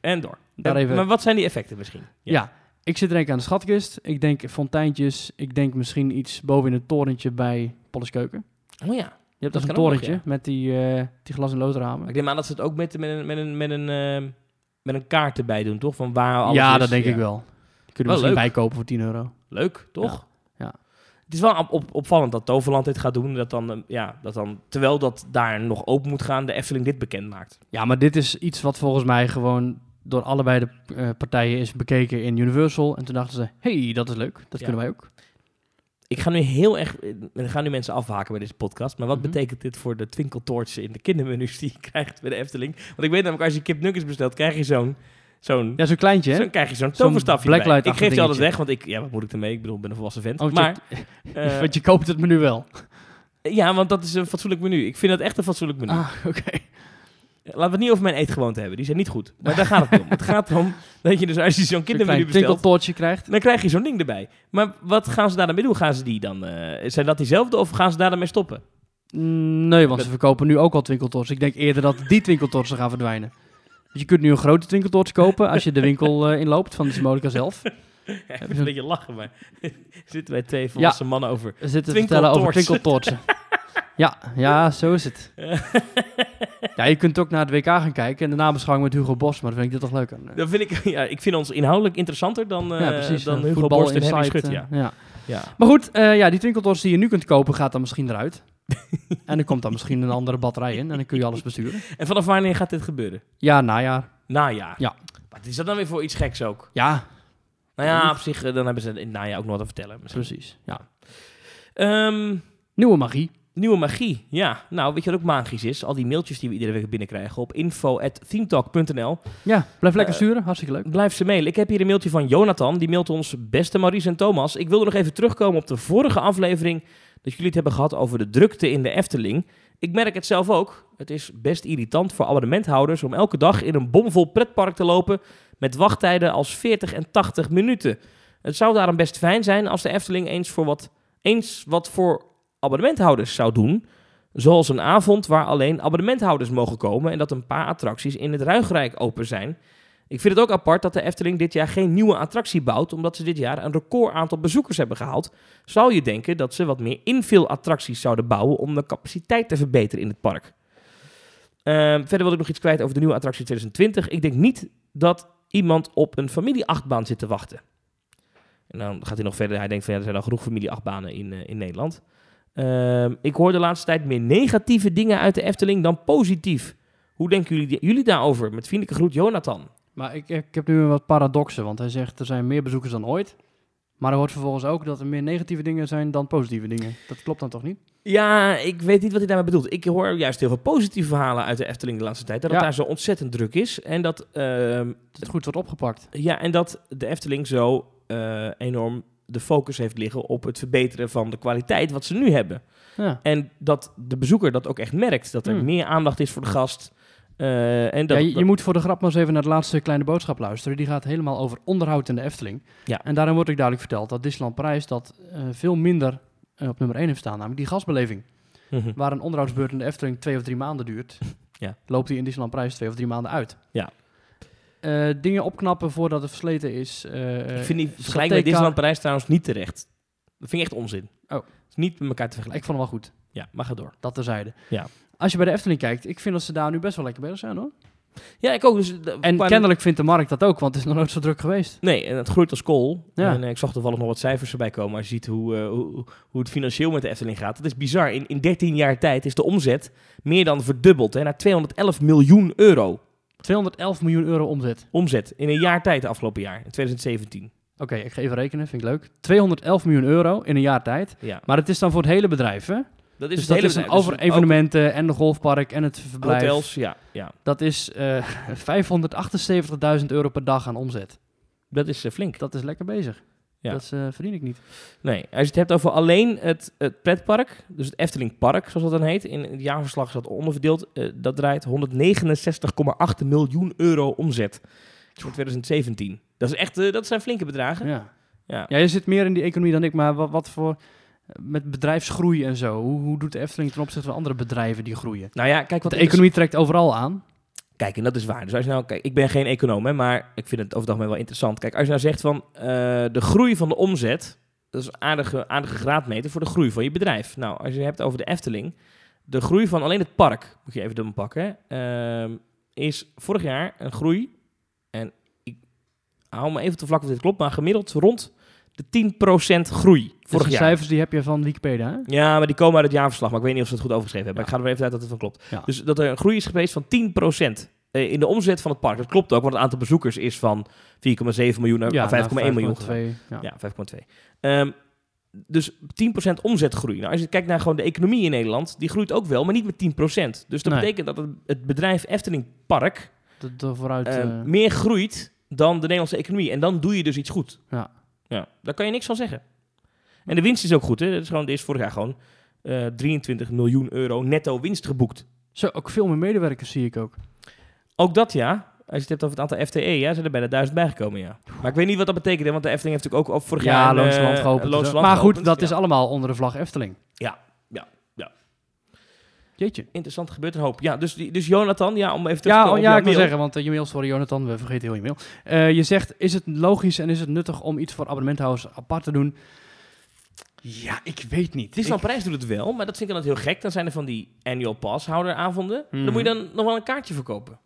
En door.
Daar
En-
even-
Maar wat zijn die effecten misschien?
Ja. Ik zit denk aan de schatkist. Ik denk fonteintjes. Ik denk misschien iets boven in het torentje bij Polles Keuken.
Oh ja.
Je hebt
Dat
dus een
kan ook nog,
torentje
ja.
met die, eh, die glas- en loodramen.
Maar ik neem aan dat ze het ook met, met, een, met, een, met, een, ehm, met een kaart erbij doen, toch? Van waar alles
ja,
is.
dat denk ik wel. Die kunnen
Wel
we misschien
leuk.
bijkopen voor 10 euro.
Leuk, toch?
Ja, ja.
Het is wel op, op- opvallend dat Toverland dit gaat doen. Dat dan, ehm, ja, dat dan, terwijl dat daar nog open moet gaan, de Efteling dit bekend maakt.
Ja, maar dit is iets wat volgens mij gewoon door allebei de eh, partijen is bekeken in Universal. En toen dachten ze, hey, dat is leuk. Dat
Ja.
kunnen wij ook.
Ik ga nu heel erg... eh, Er gaan nu mensen afhaken bij deze podcast. Maar wat
Mhm.
betekent dit voor de twinkeltoortsen in de kindermenu's die je krijgt bij de Efteling? Want ik weet namelijk, als je kipnuggets bestelt, krijg je zo'n... zo'n
Ja, zo'n kleintje, hè?
Zo krijg je zo'n
Zo'n
toverstafje
blacklight
erbij. Ik
achter
geef die altijd
dingetje.
weg, want ik, ja, wat moet ik ermee? Ik bedoel, ik ben een volwassen vent.
Oh,
maar, eh,
Want je koopt het menu wel.
Ja, want dat is een fatsoenlijk menu. Ik vind dat echt een fatsoenlijk menu. Eh,
Ah, oké.
Laten we het niet over mijn eetgewoonten hebben. Die zijn niet goed. Maar daar gaat het niet om. Het gaat erom dat je dus als je zo'n
Zo'n
kindermenu
klein
bestelt,
tinkeltoortje krijgt.
dan krijg je zo'n ding erbij. Maar wat gaan ze daar dan mee doen? Gaan ze die dan... eh, zijn dat diezelfde of gaan ze daar dan mee stoppen?
Mm, Nee, want
Dat-
ze verkopen nu ook al twinkeltorts. Ik denk eerder dat die twinkeltortsen gaan verdwijnen. Dus je kunt nu een grote twinkeltorts kopen als je de winkel eh, inloopt van de Symbolica zelf.
Ik
je
moet een beetje lachen, maar zitten wij twee volwassen mannen over.
We zitten te vertellen over twinkeltortsen. ja, ja, zo is het. Ja, je kunt ook naar het WK gaan kijken en de nabeschouwing met Hugo Bos, maar dan vind ik dit toch leuker.
Dan vind ik, ja, ik vind ons inhoudelijk interessanter dan, eh,
ja, precies.
dan
eh,
Hugo
voetbal
Borst en Henry
Insight,
Schut. Ja.
eh, ja.
Ja.
Maar goed, eh, ja, die twinkeltorts die je nu kunt kopen gaat dan misschien eruit. en dan komt dan misschien een andere batterij in en dan kun je alles besturen.
En vanaf wanneer gaat dit gebeuren?
Ja, najaar.
Najaar.
Ja.
Wat is dat dan weer voor iets geks ook?
Ja,
Nou ja, op zich, eh, dan hebben ze in het najaar ook nog wat te vertellen. misschien.
precies. Ja.
Ehm,
Nieuwe magie.
nieuwe magie. Ja, nou, weet je wat ook magisch is? Al die mailtjes die we iedere week binnenkrijgen op info.themetalk.nl.
Ja, blijf lekker
Eh,
sturen. Hartstikke leuk.
Blijf ze mailen. Ik heb hier een mailtje van Jonathan. Die mailt ons, beste Maurice en Thomas. Ik wilde nog even terugkomen op de vorige aflevering. Dat jullie het hebben gehad over de drukte in de Efteling. Ik merk het zelf ook. Het is best irritant voor abonnementhouders om elke dag in een bomvol pretpark te lopen met wachttijden als 40 en 80 minuten. Het zou daarom best fijn zijn als de Efteling eens, voor wat, eens wat voor abonnementhouders zou doen. Zoals een avond waar alleen abonnementhouders mogen komen en dat een paar attracties in het Ruigrijk open zijn. Ik vind het ook apart dat de Efteling dit jaar geen nieuwe attractie bouwt, omdat ze dit jaar een record aantal bezoekers hebben gehaald. Zou je denken dat ze wat meer infill-attracties zouden bouwen om de capaciteit te verbeteren in het park? Ehm, verder wil ik nog iets kwijt over de nieuwe attractie 2020. Ik denk niet dat iemand op een familie-achtbaan zit te wachten. En dan gaat hij nog verder. Hij denkt van ja, er zijn al genoeg familie-achtbanen in, eh, in Nederland. Ehm, ik hoor de laatste tijd meer negatieve dingen uit de Efteling dan positief. Hoe denken jullie, jullie daarover? Met vriendelijke groet, Jonathan.
Maar ik, ik heb nu wat paradoxen, want hij zegt er zijn meer bezoekers dan ooit. Maar er hoort vervolgens ook dat er meer negatieve dingen zijn dan positieve dingen. Dat klopt dan toch niet?
Ja, ik weet niet wat hij daarmee bedoelt. Ik hoor juist heel veel positieve verhalen uit de Efteling de laatste tijd. Dat het
Ja.
daar zo ontzettend druk is. En dat, ehm,
Dat het goed wordt opgepakt.
ja, en dat de Efteling zo eh, enorm de focus heeft liggen op het verbeteren van de kwaliteit wat ze nu hebben.
Ja.
En dat de bezoeker dat ook echt merkt. Dat er
Hmm.
meer aandacht is voor de gast. eh, en dat,
ja, je, je
dat-
moet voor de grap maar eens even naar de laatste kleine boodschap luisteren. Die gaat helemaal over onderhoud in de Efteling.
Ja.
En daarin wordt ook duidelijk verteld dat Disneyland Parijs dat eh, veel minder eh, op nummer 1 heeft staan. Namelijk die gasbeleving.
Mhm.
Waar een onderhoudsbeurt in de Efteling twee of drie maanden duurt,
Ja.
loopt die in Disneyland Parijs twee of drie maanden uit.
Ja.
Eh, dingen opknappen voordat het versleten is. eh,
ik vind die vergelijking
strateeka-
met Disneyland Parijs trouwens niet terecht. Dat vind ik echt onzin.
Oh.
Het is niet met elkaar te vergelijken.
Ik vond hem wel goed.
Ja, maar ga door.
Dat terzijde.
Ja.
Als je bij de Efteling kijkt, ik vind dat ze daar nu best wel lekker bezig zijn hoor.
Ja, ik ook. Dus, eh,
En
qua-
kennelijk vindt de markt dat ook, want het is nog nooit zo druk geweest.
Nee, en het groeit als kool.
Ja.
En eh, ik zag toevallig nog wat cijfers erbij komen. Als je ziet hoe, eh, hoe, hoe het financieel met de Efteling gaat. Dat is bizar. In, in 13 jaar tijd is de omzet meer dan verdubbeld. Hè, naar 211 miljoen euro.
211 miljoen euro omzet.
Omzet in een jaar tijd afgelopen jaar, in 2017.
Oké, ik ga even rekenen, vind ik leuk. 211 miljoen euro in een jaar tijd.
Ja.
Maar het is dan voor het hele bedrijf, hè?
Dat
dus dat is dan over evenementen en de golfpark en het verblijf.
hotels, ja, ja.
Dat is eh 578.000 euro per dag aan omzet.
Dat is eh, flink.
Dat is lekker bezig.
Ja.
Dat eh, verdien ik niet.
Nee, als je het hebt over alleen het, het pretpark, dus het Efteling Park, zoals dat dan heet, in het jaarverslag is dat onderverdeeld, eh, dat draait 169,8 miljoen euro omzet voor 2017. Dat, is echt, eh, dat zijn flinke bedragen.
Ja.
Ja.
ja, je zit meer in die economie dan ik, maar wat, wat voor... Met bedrijfsgroei en zo. Hoe, hoe doet de Efteling ten opzichte van andere bedrijven die groeien?
Nou ja, kijk wat
Want de
inter-
economie trekt overal aan.
Kijk, en dat is waar. Dus als je nou, kijk, ik ben geen econoom, hè, maar ik vind het over het algemeen wel interessant. Kijk, als je nou zegt van eh, de groei van de omzet, dat is een aardige, aardige graadmeter voor de groei van je bedrijf. Nou, als je het hebt over de Efteling, de groei van alleen het park, moet je even dubbel pakken, hè, ehm, is vorig jaar een groei, en ik hou me even te vlak of dit klopt, maar gemiddeld rond de 10% groei
Vorig
vorig
Dus de
jaar.
cijfers die heb je van Wikipedia, hè?
Ja, maar die komen uit het jaarverslag. Maar ik weet niet of ze het goed overgeschreven hebben.
Ja.
Ik ga er maar even uit dat het van klopt.
Ja.
Dus dat er een groei is geweest van 10% eh, in de omzet van het park. Dat klopt ook, want het aantal bezoekers is van 4,7 miljoen naar
naar
5,1 miljoen.
5,2,
gegaan.
Ja.
Ja, 5,2. Ehm, dus 10% omzetgroei. Nou, als je kijkt naar gewoon de economie in Nederland, die groeit ook wel, maar niet met 10%. Dus dat
Nee.
betekent dat het, het bedrijf Efteling Park
Dat, dat vooruit...
eh,
eh,
meer groeit dan de Nederlandse economie. En dan doe je dus iets goed.
Ja.
ja. Daar kan je niks van zeggen. En de winst is ook goed. Hè? Dat is gewoon, er is vorig jaar gewoon eh, 23 miljoen euro netto winst geboekt.
Zo, ook veel meer medewerkers zie ik ook.
Ook dat ja. Als je het hebt over het aantal FTE, ja, zijn er bijna duizend bijgekomen, ja. Maar ik weet niet wat dat betekent, hè, want de Efteling heeft natuurlijk ook al vorig jaar...
Ja,
een,
Loons
eh,
en Land geopend.
Loons en
dus,
Land
maar goed,
geopend.
dat
Ja.
is allemaal onder de vlag Efteling.
Ja, ja, ja.
Jeetje.
Interessant, gebeurt een hoop. Ja, dus, die- dus Jonathan, ja, om even terug te
Ja, oh,
komen op
ja,
jouw
ik wil
mail.
zeggen, want eh, je mail, sorry Jonathan, we vergeten heel je mail. Eh, je zegt, is het logisch en is het nuttig om iets voor abonnementhouders apart te doen? Ja, ik weet niet.
Disneyland
Ik-
Parijs doet het wel, maar dat vind ik dan heel gek. Dan zijn er van die annual passhouderavonden.
Mhm.
Dan moet je dan nog wel een kaartje verkopen.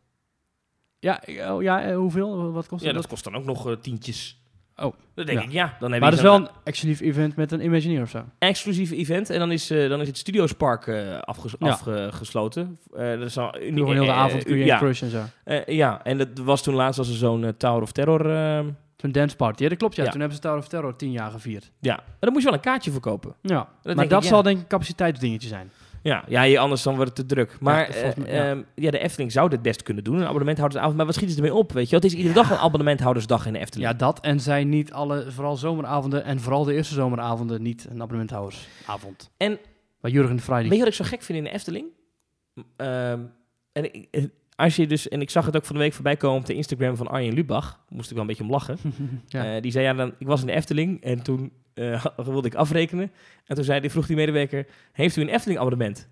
ja, ik- oh, ja, eh, hoeveel? Wat kost
Ja,
het?
dat kost dan ook nog eh, tientjes.
Oh.
Dan denk
Ja.
ik, ja, dan heb
maar
je
het is wel
zo'n
een exclusief event met een Imagineer of zo.
exclusief event. En dan is, eh, dan is het Studiospark eh afges-
Ja.
afgesloten. Eh dat is al, eh,
Doe gewoon heel de avond kun je
ja.
crush en zo.
Eh, ja, en dat was toen laatst als er zo'n eh, Tower of Terror... eh,
Zo'n dance party. Ja, dat klopt ja.
Ja.
Toen hebben ze Tower of Terror tien jaar gevierd.
ja, maar dan moest je wel een kaartje verkopen.
Ja,
denk
maar
ik,
dat
ja.
zal denk ik een capaciteitsdingetje zijn.
Ja, ja je, anders dan wordt het te druk. Maar eh,
volgens
ehm,
mij,
ja,
ja.
de Efteling zou dit best kunnen doen. Een abonnementhoudersavond. Maar wat schieten ze ermee op, weet je? wel? Het is iedere dag een abonnementhoudersdag in de Efteling.
Ja, dat. En zijn niet alle, vooral zomeravonden en vooral de eerste zomeravonden niet een abonnementhoudersavond.
En-
Bij Jurgen de Vrijdag.
Weet je wat ik zo gek vind in de Efteling? M- ehm, en ik- eh, als je dus, en ik zag het ook van de week voorbij komen op de Instagram van Arjen Lubach. Moest ik wel een beetje om lachen.
Ja.
Eh, die zei, ja, dan, ik was in de Efteling en toen eh, wilde ik afrekenen. En toen zei, die- vroeg die medewerker, heeft u een Efteling abonnement?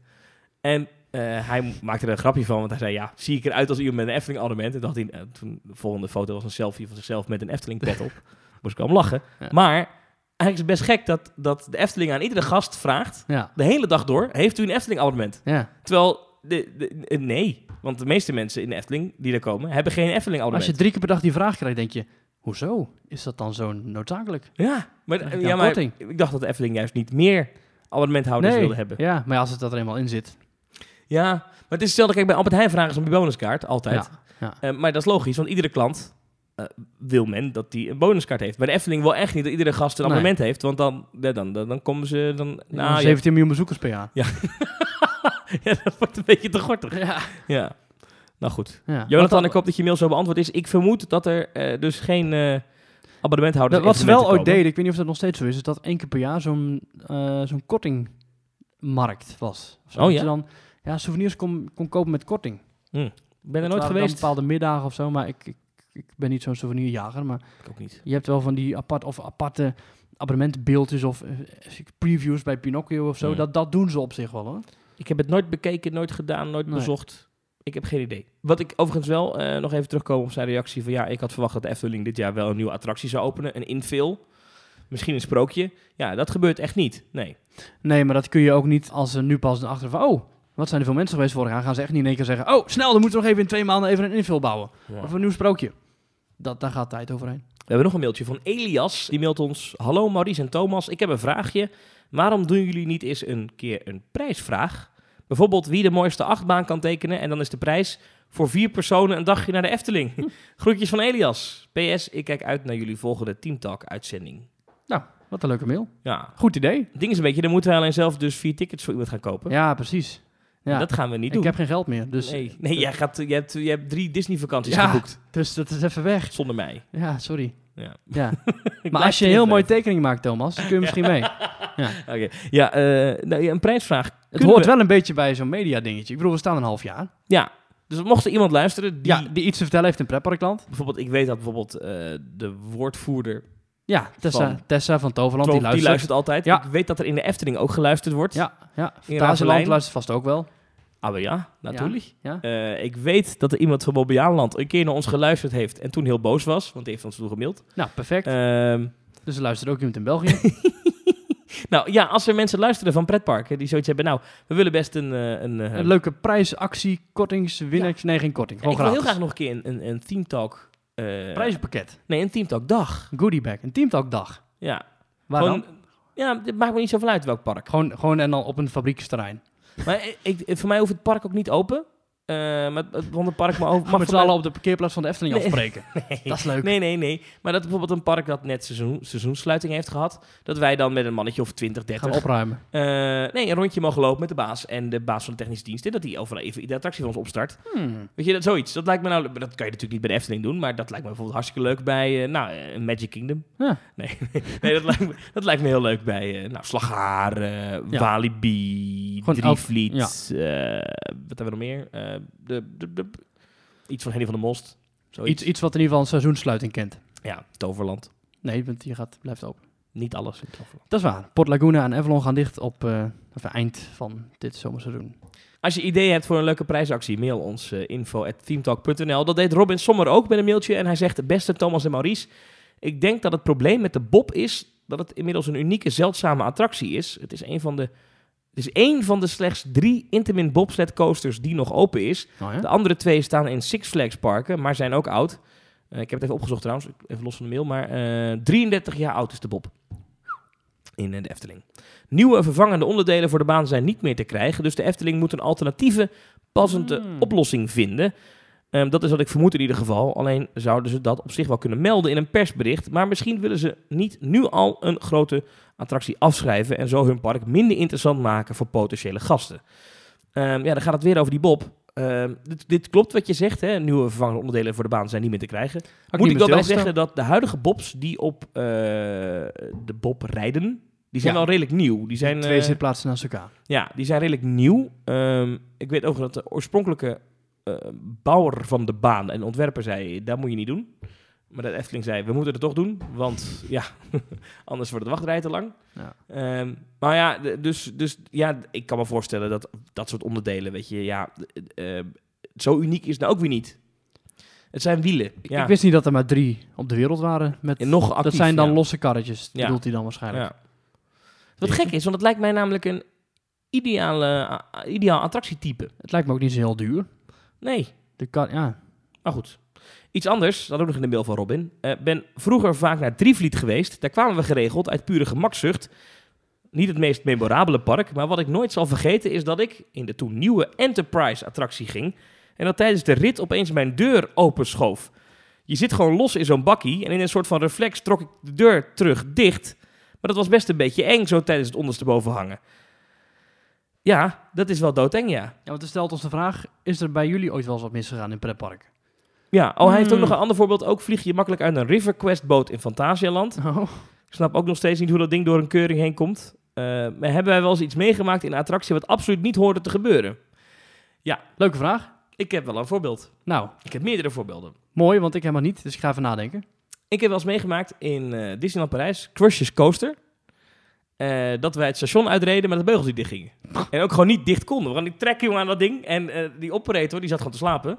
En eh, hij maakte er een grapje van, want hij zei, ja, zie ik eruit als iemand met een Efteling abonnement? En dacht hij, eh, toen de volgende foto was een selfie van zichzelf met een Efteling pet op. Moest ik wel om lachen.
Ja.
Maar eigenlijk is het best gek dat, dat de Efteling aan iedere gast vraagt
ja,
de hele dag door, heeft u een Efteling-abonnement?
ja.
Terwijl, de, de- eh, nee. Want de meeste mensen in de Efteling die daar komen, hebben geen
Als je
Efteling-abonnement.
drie keer per dag die vraag krijgt, denk je, hoezo? Is dat dan zo noodzakelijk?
Ja, maar,
Krijg je
ja,
dan
maar
korting?
ik dacht dat de Efteling juist niet meer abonnementhouders wilde hebben.
Ja, maar ja, als het dat er eenmaal in zit.
Ja, maar het is hetzelfde. Kijk, bij Albert Heijn vragen ze om een bonuskaart, altijd.
Ja, ja.
Eh, maar dat is logisch, want iedere klant eh, wil men dat die een bonuskaart heeft. Bij de Efteling wil echt niet dat iedere gast een
Nee.
abonnement heeft, want dan, ja, dan, dan, dan komen ze... Dan, nou, ja,
17 miljoen bezoekers per jaar.
ja, dat wordt een beetje te gortig.
Ja.
Ja, nou goed.
ja.
Jonathan,
Wat-
ik hoop dat je mail zo beantwoord is. Ik vermoed dat er eh, dus geen eh abonnementhouders
dat- wat ze wel
evenementen
ooit
komen.
deden, ik weet niet of dat nog steeds zo is, is dat één keer per jaar zo'n eh, zo'n kortingmarkt was. Of zo.
Oh,
Dat
ja?
je dan ja, souvenirs kon, kon kopen met korting.
Ik ben er
Het
nooit
waren dan
geweest.
bepaalde middagen of zo, maar ik, ik, ik ben niet zo'n souvenirjager. Maar
Ik ook niet.
je hebt wel van die apart, of aparte abonnementbeeldjes of eh, previews bij Pinocchio of zo.
Mm.
Dat, dat doen ze op zich wel hoor.
Ik heb het nooit bekeken, nooit gedaan, nooit
Nee.
bezocht. Ik heb geen idee. Wat ik overigens wel eh, nog even terugkomen op zijn reactie van ja, ik had verwacht dat de Efteling dit jaar wel een nieuwe attractie zou openen, een infill. Misschien een sprookje. Ja, dat gebeurt echt niet. Nee.
Nee, maar dat kun je ook niet als ze nu pas achter van, oh, wat zijn er veel mensen geweest vorig jaar? Gaan ze echt niet in één keer zeggen, oh, snel, dan moeten we nog even in twee maanden even een invul bouwen. Of een nieuw sprookje. Dat, daar gaat tijd overheen.
We hebben nog een mailtje van Elias. Die mailt ons: Hallo Maurice en Thomas, ik heb een vraagje. Waarom doen jullie niet eens een keer een prijsvraag? Bijvoorbeeld wie de mooiste achtbaan kan tekenen en dan is de prijs voor vier personen een dagje naar de Efteling.
Hm.
Groetjes van Elias. PS, ik kijk uit naar jullie volgende Team Talk uitzending.
Nou, wat een leuke mail.
Ja,
Goed idee.
het ding is een beetje, dan moeten wij alleen zelf dus vier tickets voor iemand gaan kopen.
Ja, precies. Ja.
Dat gaan we niet
ik
doen.
heb geen geld meer, dus,
nee, nee jij gaat, je, hebt, je hebt drie Disney-vakanties
Ja.
geboekt
dus dat is even weg.
zonder mij.
Ja, sorry.
Ja.
Ja.
Ik
Maar
blijf
als je een heel
terug,
mooie
hè.
tekening maakt, Thomas, dan kun je misschien mee.
Oké. Ja, eh, nou, ja, een prijsvraag.
Het hoort wel een beetje bij zo'n media dingetje. Ik bedoel, we staan een half jaar.
Ja, dus mocht er iemand luisteren die...
Ja, die iets te vertellen heeft in pretparkland.
Bijvoorbeeld, ik weet dat bijvoorbeeld eh, de woordvoerder
Ja, Tessa van,
Van-
Tessa van Toverland,
Troof,
die luistert.
altijd.
Ja.
Ik weet dat er in de Efteling ook geluisterd wordt.
Ja, ja.
Ravelijn.
Fantasieland luistert vast ook wel.
Ah, maar ja, natuurlijk.
Ja.
Eh, ik weet dat er iemand van Bobbejaanland een keer naar ons geluisterd heeft en toen heel boos was, want die heeft ons toen gemaild.
Nou, perfect.
Ehm,
dus er luistert ook iemand in België.
nou ja, als er mensen luisteren van pretparken die zoiets hebben, nou, we willen best een... eh, een, eh,
een leuke prijsactie, kortings, winnaars. Nee, geen korting.
ja, ik
Gewoon
wil heel
gratis.
graag nog een keer een, een, een Team Talk... eh,
Prijzenpakket.
Nee, een Team Talk dag.
Goodie bag. Een teamtalkdag.
Ja.
Waar
Gewoon-
dan?
Ja, het maakt me niet zoveel uit welk park.
Gewoon, gewoon en dan op een fabrieksterrein.
Maar ik, ik- voor mij hoeft het park ook niet open. Eh, maar, het- want het park mag, over-
Mag
mag
met z'n
voor mij-
allen op de parkeerplaats van de Efteling
Nee.
afspreken. Dat is leuk.
Nee, nee, nee. Maar dat bijvoorbeeld een park dat net seizoen, seizoenssluiting heeft gehad, dat wij dan met een mannetje of 20, 30
Gaan opruimen.
eh, nee, een rondje mogen lopen met de baas en de baas van de technische dienst. En dat die overal even de attractie van ons opstart.
Hmm.
Weet je, dat zoiets. Dat lijkt me nou, dat kan je natuurlijk niet bij de Efteling doen, maar dat lijkt me bijvoorbeeld hartstikke leuk bij eh, nou, eh, Magic Kingdom.
Ja.
Nee, nee dat, lijkt me, dat lijkt me heel leuk bij eh, nou, Slaghaar, eh,
Ja.
Walibi,
Gewoon elk-
Drievliet, eh, wat hebben we nog meer? Eh, de, de, de- iets van Henny van de Most. Zoiets.
Iets, iets wat in ieder geval een seizoensluiting kent.
Ja, Toverland.
Nee, want die gaat, blijft open.
Niet alles in Toverland.
Dat is waar. Port Laguna en Avalon gaan dicht op eh, of eind van dit zomerseizoen.
Als je ideeën hebt voor een leuke prijsactie, mail ons eh, info at teamtalk.nl. Dat deed Robin Sommer ook met een mailtje en hij zegt, beste Thomas en Maurice, ik denk dat het probleem met de Bob is dat het inmiddels een unieke, zeldzame attractie is. Het is een van de, het is één van de slechts drie Intamin bobsled coasters die nog open is.
Nou ja.
De andere twee staan in Six Flags parken, maar zijn ook oud. Eh, ik heb het even opgezocht trouwens, even los van de mail, maar eh, 33 jaar oud is de Bob. In eh, de Efteling. Nieuwe en vervangende onderdelen voor de baan zijn niet meer te krijgen, dus de Efteling moet een alternatieve, passende
Hmm.
oplossing vinden. Ehm, dat is wat ik vermoed in ieder geval. Alleen zouden ze dat op zich wel kunnen melden in een persbericht. Maar misschien willen ze niet nu al een grote attractie afschrijven en zo hun park minder interessant maken voor potentiële gasten. Ehm, ja, dan gaat het weer over die Bob. Ehm, dit, dit klopt wat je zegt, hè? nieuwe vervangende onderdelen voor de baan zijn niet meer te krijgen.
Had niet
Moet
eh,
ik wel
meer
bij
stilgestaan.
zeggen dat de huidige Bobs die op eh, de Bob rijden, die zijn
Ja.
wel redelijk nieuw. Die zijn,
Twee
eh,
zitplaatsen naast elkaar.
ja, die zijn redelijk nieuw. Ehm, ik weet ook dat de oorspronkelijke eh, bouwer van de baan en ontwerper zei, dat moet je niet doen. Maar de Efteling zei, we moeten het toch doen, want ja, anders wordt de wachtrij te lang.
Ja.
Ehm, maar ja, d- dus, dus ja, d- ik kan me voorstellen dat dat soort onderdelen, weet je, ja, d- eh, zo uniek is het nou ook weer niet. Het zijn wielen. Ja.
Ik wist niet dat er maar drie op de wereld waren. Met,
en nog actief,
dat zijn dan
ja.
losse karretjes,
Ja.
bedoelt hij dan waarschijnlijk.
Ja. Wat gek is, want het lijkt mij namelijk een ideale, a- ideaal attractietype.
Het lijkt me ook niet zo heel duur.
Nee,
De kar ja.
Maar goed. Iets anders, dat ook nog in de mail van Robin. Eh, ben vroeger vaak naar Drievliet geweest. Daar kwamen we geregeld uit pure gemakzucht. Niet het meest memorabele park, maar wat ik nooit zal vergeten is dat ik in de toen nieuwe Enterprise-attractie ging en dat tijdens de rit opeens mijn deur openschoof. Je zit gewoon los in zo'n bakkie en in een soort van reflex trok ik de deur terug dicht. Maar dat was best een beetje eng zo tijdens het ondersteboven hangen. Ja, dat is wel doodeng, ja.
ja, want het stelt ons de vraag, is er bij jullie ooit wel eens wat misgegaan in pretpark?
Ja, oh, hij heeft ook
Hmm.
nog een ander voorbeeld. Ook vlieg je makkelijk uit een River Quest boot in Fantasialand.
Oh.
Ik snap ook nog steeds niet hoe dat ding door een keuring heen komt. Eh, maar hebben wij wel eens iets meegemaakt in een attractie wat absoluut niet hoorde te gebeuren?
Leuke vraag.
Ik heb wel een voorbeeld.
Nou,
Ik heb meerdere voorbeelden.
mooi, want ik helemaal niet, dus ik ga even nadenken.
Ik heb wel eens meegemaakt in eh, Disneyland Parijs, Crush's Coaster. eh, dat wij het station uitreden, maar de beugels niet dichtgingen. En ook gewoon niet dicht konden. We gaan die trek jongen aan dat ding. En eh, die operator, die zat gewoon te slapen.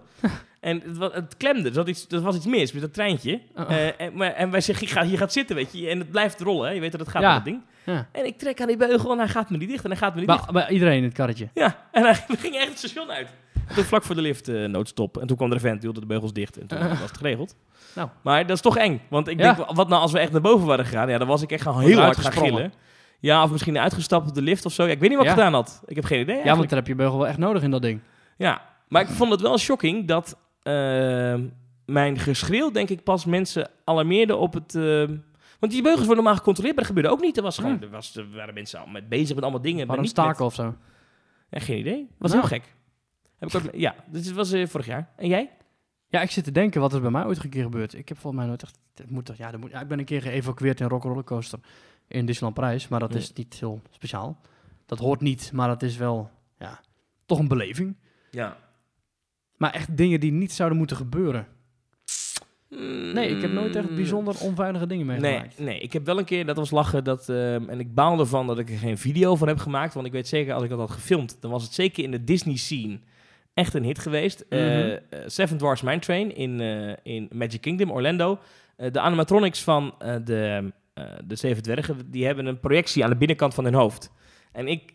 en het, wa- het klemde. Er, zat iets, er was iets mis met dat treintje.
Oh.
Eh, en, maar, en wij zeggen, je gaat, je gaat zitten, weet je. En het blijft rollen, hè. Je weet dat het gaat
Ja.
met dat ding.
Ja.
En ik trek aan die beugel en hij gaat me niet dicht. En hij gaat me niet dicht.
Maar, maar iedereen in het karretje.
Ja, en hij ging echt het station uit. En Toen vlak voor de lift eh, noodstop. En toen kwam er een vent, die hield de beugels dicht. En toen
Eh.
was het geregeld.
Nou.
Maar dat is toch eng. Want ik
Ja.
denk, wat nou als we echt naar boven waren gegaan? Ja, dan was ik echt gewoon
Was
heel hard
eruit
gaan
gesprongen.
gillen. Ja, of misschien uitgestapt op de lift of zo. Ja, ik weet niet wat ik
Ja.
gedaan had. Ik heb geen idee
Ja,
eigenlijk.
want daar heb je beugel wel echt nodig in dat ding.
Ja, Maar ik vond het wel shocking dat eh, mijn geschreeuw, denk ik, pas mensen alarmeerde op het... eh, want die beugels worden normaal gecontroleerd, maar dat gebeurde ook niet. Er, was gewoon,
Ja.
er, was, er waren mensen al met bezig met allemaal dingen. maar
Waarom
niet met-
staken of zo?
ja, Eh, geen idee. Was
Nou.
heel gek. Heb ik ook, ja, dus het was eh, vorig jaar. En jij?
Ja, ik zit te denken wat er bij mij ooit een keer gebeurd. Ik heb volgens mij nooit echt... dat moet toch, ja, dat moet, ja, ik ben een keer geëvacueerd in Rock Rollercoaster in Disneyland Parijs. Maar dat
Ja.
is niet heel speciaal. Dat hoort niet, maar dat is wel ja, toch een beleving.
Ja.
Maar echt dingen die niet zouden moeten gebeuren. Nee, ik heb nooit echt bijzonder onveilige dingen
Mm, Nee,
meegemaakt.
nee, ik heb wel een keer, dat was lachen, dat, ehm, en ik baal ervan dat ik er geen video van heb gemaakt. Want ik weet zeker, als ik dat had gefilmd, dan was het zeker in de Disney scene echt een hit geweest. Eh
Mhm.
eh, Seven Dwarfs Mine Train in, eh, in Magic Kingdom, Orlando. Eh, de animatronics van eh, de, eh, de Zeven Dwergen, die hebben een projectie aan de binnenkant van hun hoofd. En ik,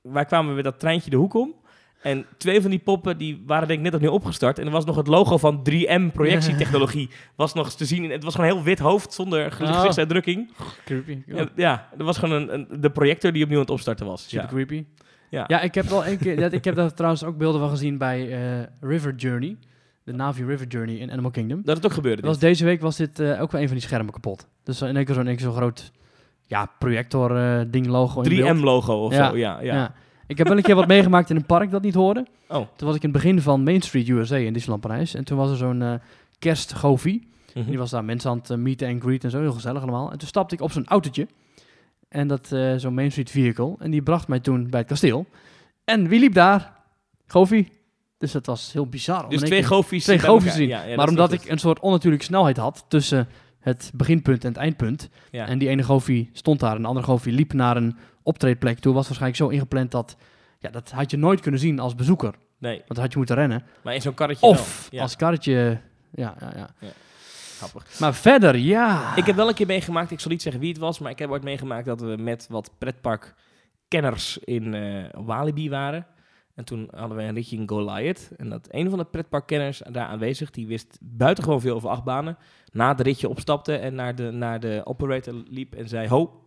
wij kwamen met dat treintje de hoek om. En twee van die poppen die waren denk ik net opnieuw opgestart. En er was nog het logo van 3M projectietechnologie. Was nog eens te zien. in- Het was gewoon een heel wit hoofd zonder ge-
Oh.
gezichtsuitdrukking.
Creepy.
Ja, ja er was gewoon een, een- de projector die opnieuw aan het opstarten was.
Super
Ja.
creepy.
Ja.
ik heb wel een keer. Dat, ik heb daar trouwens ook beelden van gezien bij eh, River Journey. De Navi River Journey in Animal Kingdom.
Dat het ook gebeurde.
Dat was deze week was dit eh, ook wel een van die schermen kapot. Dus in één keer zo'n één keer zo'n groot ja, projector eh, ding logo. in beeld.
3M-logo of
Ja.
zo. Ja, ja.
Ja. Ik heb wel een keer wat meegemaakt in een park dat niet hoorde.
Oh.
Toen was ik in het begin van Main Street USA in Disneyland Parijs. En toen was er zo'n eh kerstgofie.
Mhm.
Die was daar mensen aan het eh, meeten en greet en zo, heel gezellig allemaal. En toen stapte ik op zo'n autootje. En dat, eh, zo'n Main Street vehicle. En die bracht mij toen bij het kasteel. En wie liep daar? Goofy. Dus dat was heel bizar. om
Dus
in één
twee
keer-
gofies.
twee
bij elkaar.
gofies zien.
Ja, ja, dat
maar
is
omdat
goed.
ik een soort onnatuurlijke snelheid had tussen het beginpunt en het eindpunt.
Ja.
En die ene goofy stond daar en de andere goofy liep naar een optreedplek toe. Was waarschijnlijk zo ingepland dat... Ja, dat had je nooit kunnen zien als bezoeker. Want
Nee,
dan had je moeten rennen.
maar in zo'n karretje
Of
wel. Ja,
als karretje... Ja, ja, ja.
grappig.
Maar verder, ja.
Ik heb wel een keer meegemaakt, ik zal niet zeggen wie het was, maar ik heb ooit meegemaakt dat we met wat pretparkkenners in eh, Walibi waren. En toen hadden we een ritje in Goliath. En dat een van de pretparkkenners daar aanwezig, die wist buitengewoon veel over achtbanen. Na het ritje opstapte en naar de, naar de operator liep en zei, ho,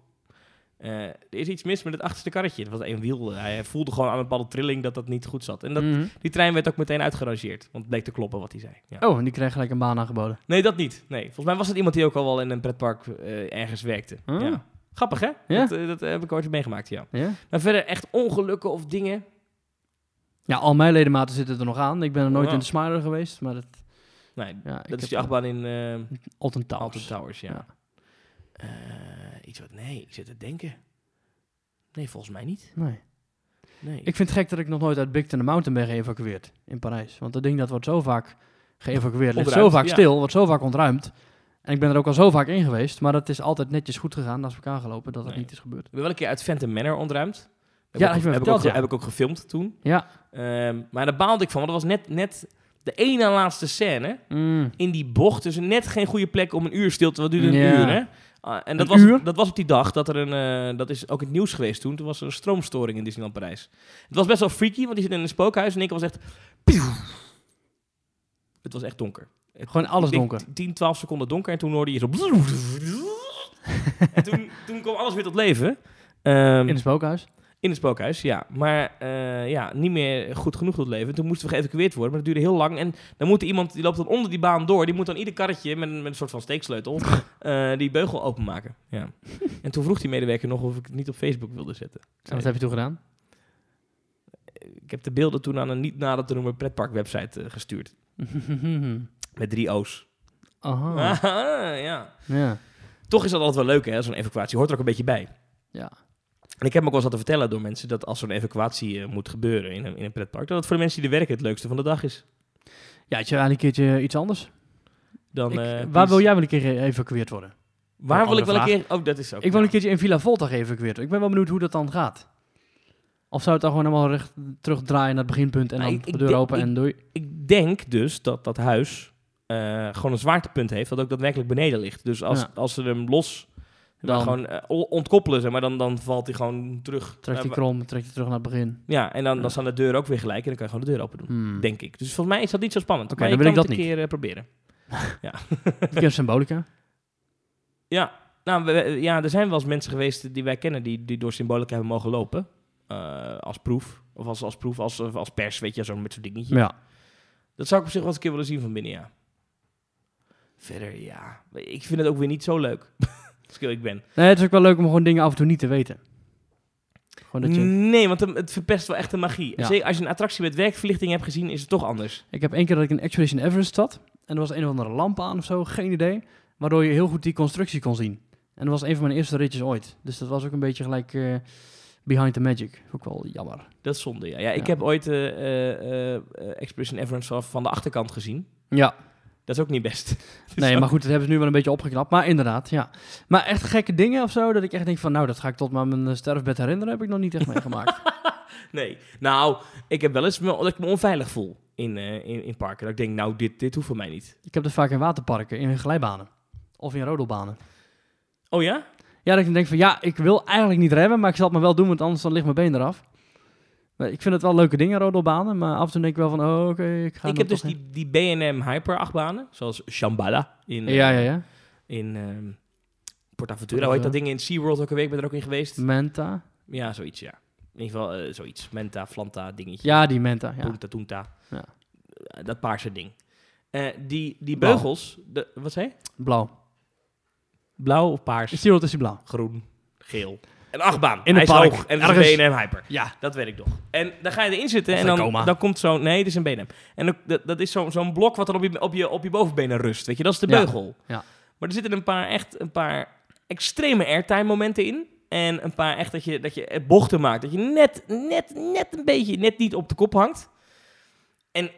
eh, er is iets mis met het achterste karretje. Dat was één wiel. Hij voelde gewoon aan een bepaalde trilling dat dat niet goed zat. En dat,
Mhm.
die trein werd ook meteen uitgerangeerd, want het bleek te kloppen wat hij zei. Ja.
Oh, en die kreeg gelijk een baan aangeboden.
Nee, dat niet. Nee. Volgens mij was het iemand die ook al wel in een pretpark eh, ergens werkte.
Hmm.
Ja. Grappig, hè?
Ja.
Dat, eh, dat heb ik ooit meegemaakt, ja.
Ja?
Maar verder echt ongelukken of dingen.
Ja, al mijn ledematen zitten er nog aan. Ik ben er nooit
Ja.
in de Smiler geweest, maar dat...
Nee,
Ja, ik
Oh, dat is
heb-
die achtbaan in eh
Alton Towers.
Alton Towers, ja.
Ja.
Eh, iets wat... Nee, ik zit te denken. Nee, volgens mij niet.
Nee.
Nee.
Ik vind het gek dat ik nog nooit uit Big Thunder Mountain ben geëvacueerd in Parijs. Want dat ding dat wordt zo vaak geëvacueerd, ligt zo
Ontruimd,
vaak
ja.
stil, wordt zo vaak ontruimd. En ik ben er ook al zo vaak in geweest, maar het is altijd netjes goed gegaan naast elkaar gelopen dat dat
Nee.
niet is gebeurd.
Ik ben wel een keer uit Phantom Manor ontruimd. Heb
Ja,
ik
dat heb
ook,
je me
heb, ik
verteld,
ook,
ja.
heb ik ook gefilmd toen.
Ja.
Ehm, maar daar baalde ik van, want dat was net, net de ene laatste scène in die bocht. Dus net geen goede plek om een uur stil te... Wat duurde een
Ja.
uur, hè? Ah, en dat
Een
was,
uur?
dat was op die dag dat er een... eh, dat is ook het nieuws geweest toen. Toen was er een stroomstoring in Disneyland Parijs. Het was best wel freaky, want die zit in een spookhuis. En ik was echt... pieuw. Het was echt donker. Het-
Gewoon alles
ik denk
donker.
10, 12 seconden donker. En toen hoorde je zo... en toen, toen kwam alles weer tot leven. Ehm,
In het spookhuis.
in het spookhuis, ja. Maar eh, ja, niet meer goed genoeg tot leven. Toen moesten we geëvacueerd worden, maar dat duurde heel lang. En dan moet er iemand, die loopt dan onder die baan door... die moet dan ieder karretje met, een- met een soort van steeksleutel... eh, die beugel openmaken. Ja. en toen vroeg die medewerker nog of ik het niet op Facebook wilde zetten.
En wat heb je toen gedaan?
Ik heb de beelden toen aan een niet nader te noemen pretparkwebsite eh, gestuurd. Met drie O's. Ah.
Aha.
Aha, ja.
Ja.
Toch is dat altijd wel leuk, hè? Zo'n evacuatie hoort er ook een beetje bij.
Ja.
En ik heb me ook wel eens laten vertellen door mensen... dat als zo'n evacuatie eh, moet gebeuren in een, in een pretpark... dat het voor de mensen die er werken het leukste van de dag is.
Ja, het is eigenlijk een keertje iets anders.
Dan,
Ik-
eh,
waar
please.
wil jij wel een keer geëvacueerd worden?
Waar wil ik wel
Andere
een keer... Oh, dat is ook...
Ik wil
ja.
een keertje in Villa Volta geëvacueerd. worden. Ik ben wel benieuwd hoe dat dan gaat. Of zou het dan gewoon helemaal recht terugdraaien naar het beginpunt en
Nou,
dan
ik-
de
ik
deur
denk-
open en doei.
Ik denk dus dat dat huis eh, gewoon een zwaartepunt heeft... dat ook daadwerkelijk beneden ligt. Dus als,
Ja.
als ze hem los... Dan
Dan-
gewoon eh, o- ontkoppelen, zeg maar. Dan, dan valt hij gewoon terug.
Trek
Eh,
die
wa-
krom, trek die terug naar het begin.
ja, en dan,
Ja.
dan staan de deuren ook weer gelijk... en dan kan je gewoon de deur open doen.
Hmm.
Denk ik. Dus volgens mij is dat niet zo spannend.
Oké,
maar
dan
je
wil
kan
ik dat
het een keer eh, proberen.
Een keer symbolica.
Nou, we- we- ja, er zijn wel eens mensen geweest die wij kennen... die, die door symbolica hebben mogen lopen. Eh, als proef. Of als, als proef, als, als pers, weet je, zo met zo'n dingetje.
Ja.
Dat zou ik op zich wel eens een keer willen zien van binnen, ja. Verder, ja. Ik vind het ook weer niet zo leuk. Als ik eerlijk ben.
Nee, het is ook wel leuk om gewoon dingen af en toe niet te weten. Gewoon dat je...
Nee, want het- het verpest wel echt de magie.
Ja.
Zeker als je een attractie met werkverlichting hebt gezien, is het toch anders.
Ik heb één keer dat ik een Expedition Everest zat. En er was een of andere lamp aan of zo, geen idee. Waardoor je heel goed die constructie kon zien. En dat was een van mijn eerste ritjes ooit. Dus dat was ook een beetje gelijk eh, behind the magic. Ook wel jammer.
Dat is zonde, ja. ja ik
Ja.
heb ooit eh eh, eh, Expedition Everest vanaf- van de achterkant gezien.
Ja,
Dat is ook niet best. Dus
nee,
ook-
maar goed, dat hebben ze nu wel een beetje opgeknapt. Maar inderdaad, ja. Maar echt gekke dingen of zo, dat ik echt denk van... Nou, dat ga ik tot maar mijn eh, sterfbed herinneren, heb ik nog niet echt meegemaakt.
Nee. Nou, ik heb wel eens me, dat ik me onveilig voel in, eh, in, in parken. Dat ik denk, nou, dit, dit hoeft voor mij niet.
ik heb dat vaak in waterparken, in glijbanen. Of in rodelbanen.
Oh ja?
Ja, dat ik dan denk van ja, ik wil eigenlijk niet remmen, maar ik zal het maar wel doen, want anders dan ligt mijn been eraf. Maar ik vind het wel leuke dingen, rodelbanen, maar af en toe denk ik wel van, oh, oké, ik ga
ik
er
heb dus
toch
die, die B&M Hyper achtbanen, zoals Shambhala in,
in.
eh,
Ja, ja, ja.
in ehm PortAventura. Hoe heet dat ding in SeaWorld ook alweer? Ik ben er ook in geweest.
Menta.
Ja, zoiets, ja. In ieder geval eh, zoiets. Menta, Flanta, dingetje.
Ja, die menta, ja.
Punta Tunta.
Ja.
Eh, Dat paarse ding. Eh, die, die
Blauw.
beugels, de, wat zei je?
Blauw.
Blauw of paars?
Ik zie wel dat is die blauw.
groen, geel. Een achtbaan.
In
Hij
een
is
park.
hoog En dat is
Ergens.
een B&M Hyper.
Ja.
Dat weet ik nog. En dan ga je erin zitten
Of
en
een
dan,
coma.
dan komt zo'n... Nee, dit is een BNM. En dan- dat, dat is zo'n zo'n blok wat dan op je, op, je, op je bovenbenen rust. Weet je, dat is de
Ja,
beugel.
ja.
Maar er zitten een paar echt een paar extreme airtime momenten in. En een paar echt dat je, dat je eh, bochten maakt. Dat je net, net, net een beetje, net niet op de kop hangt. En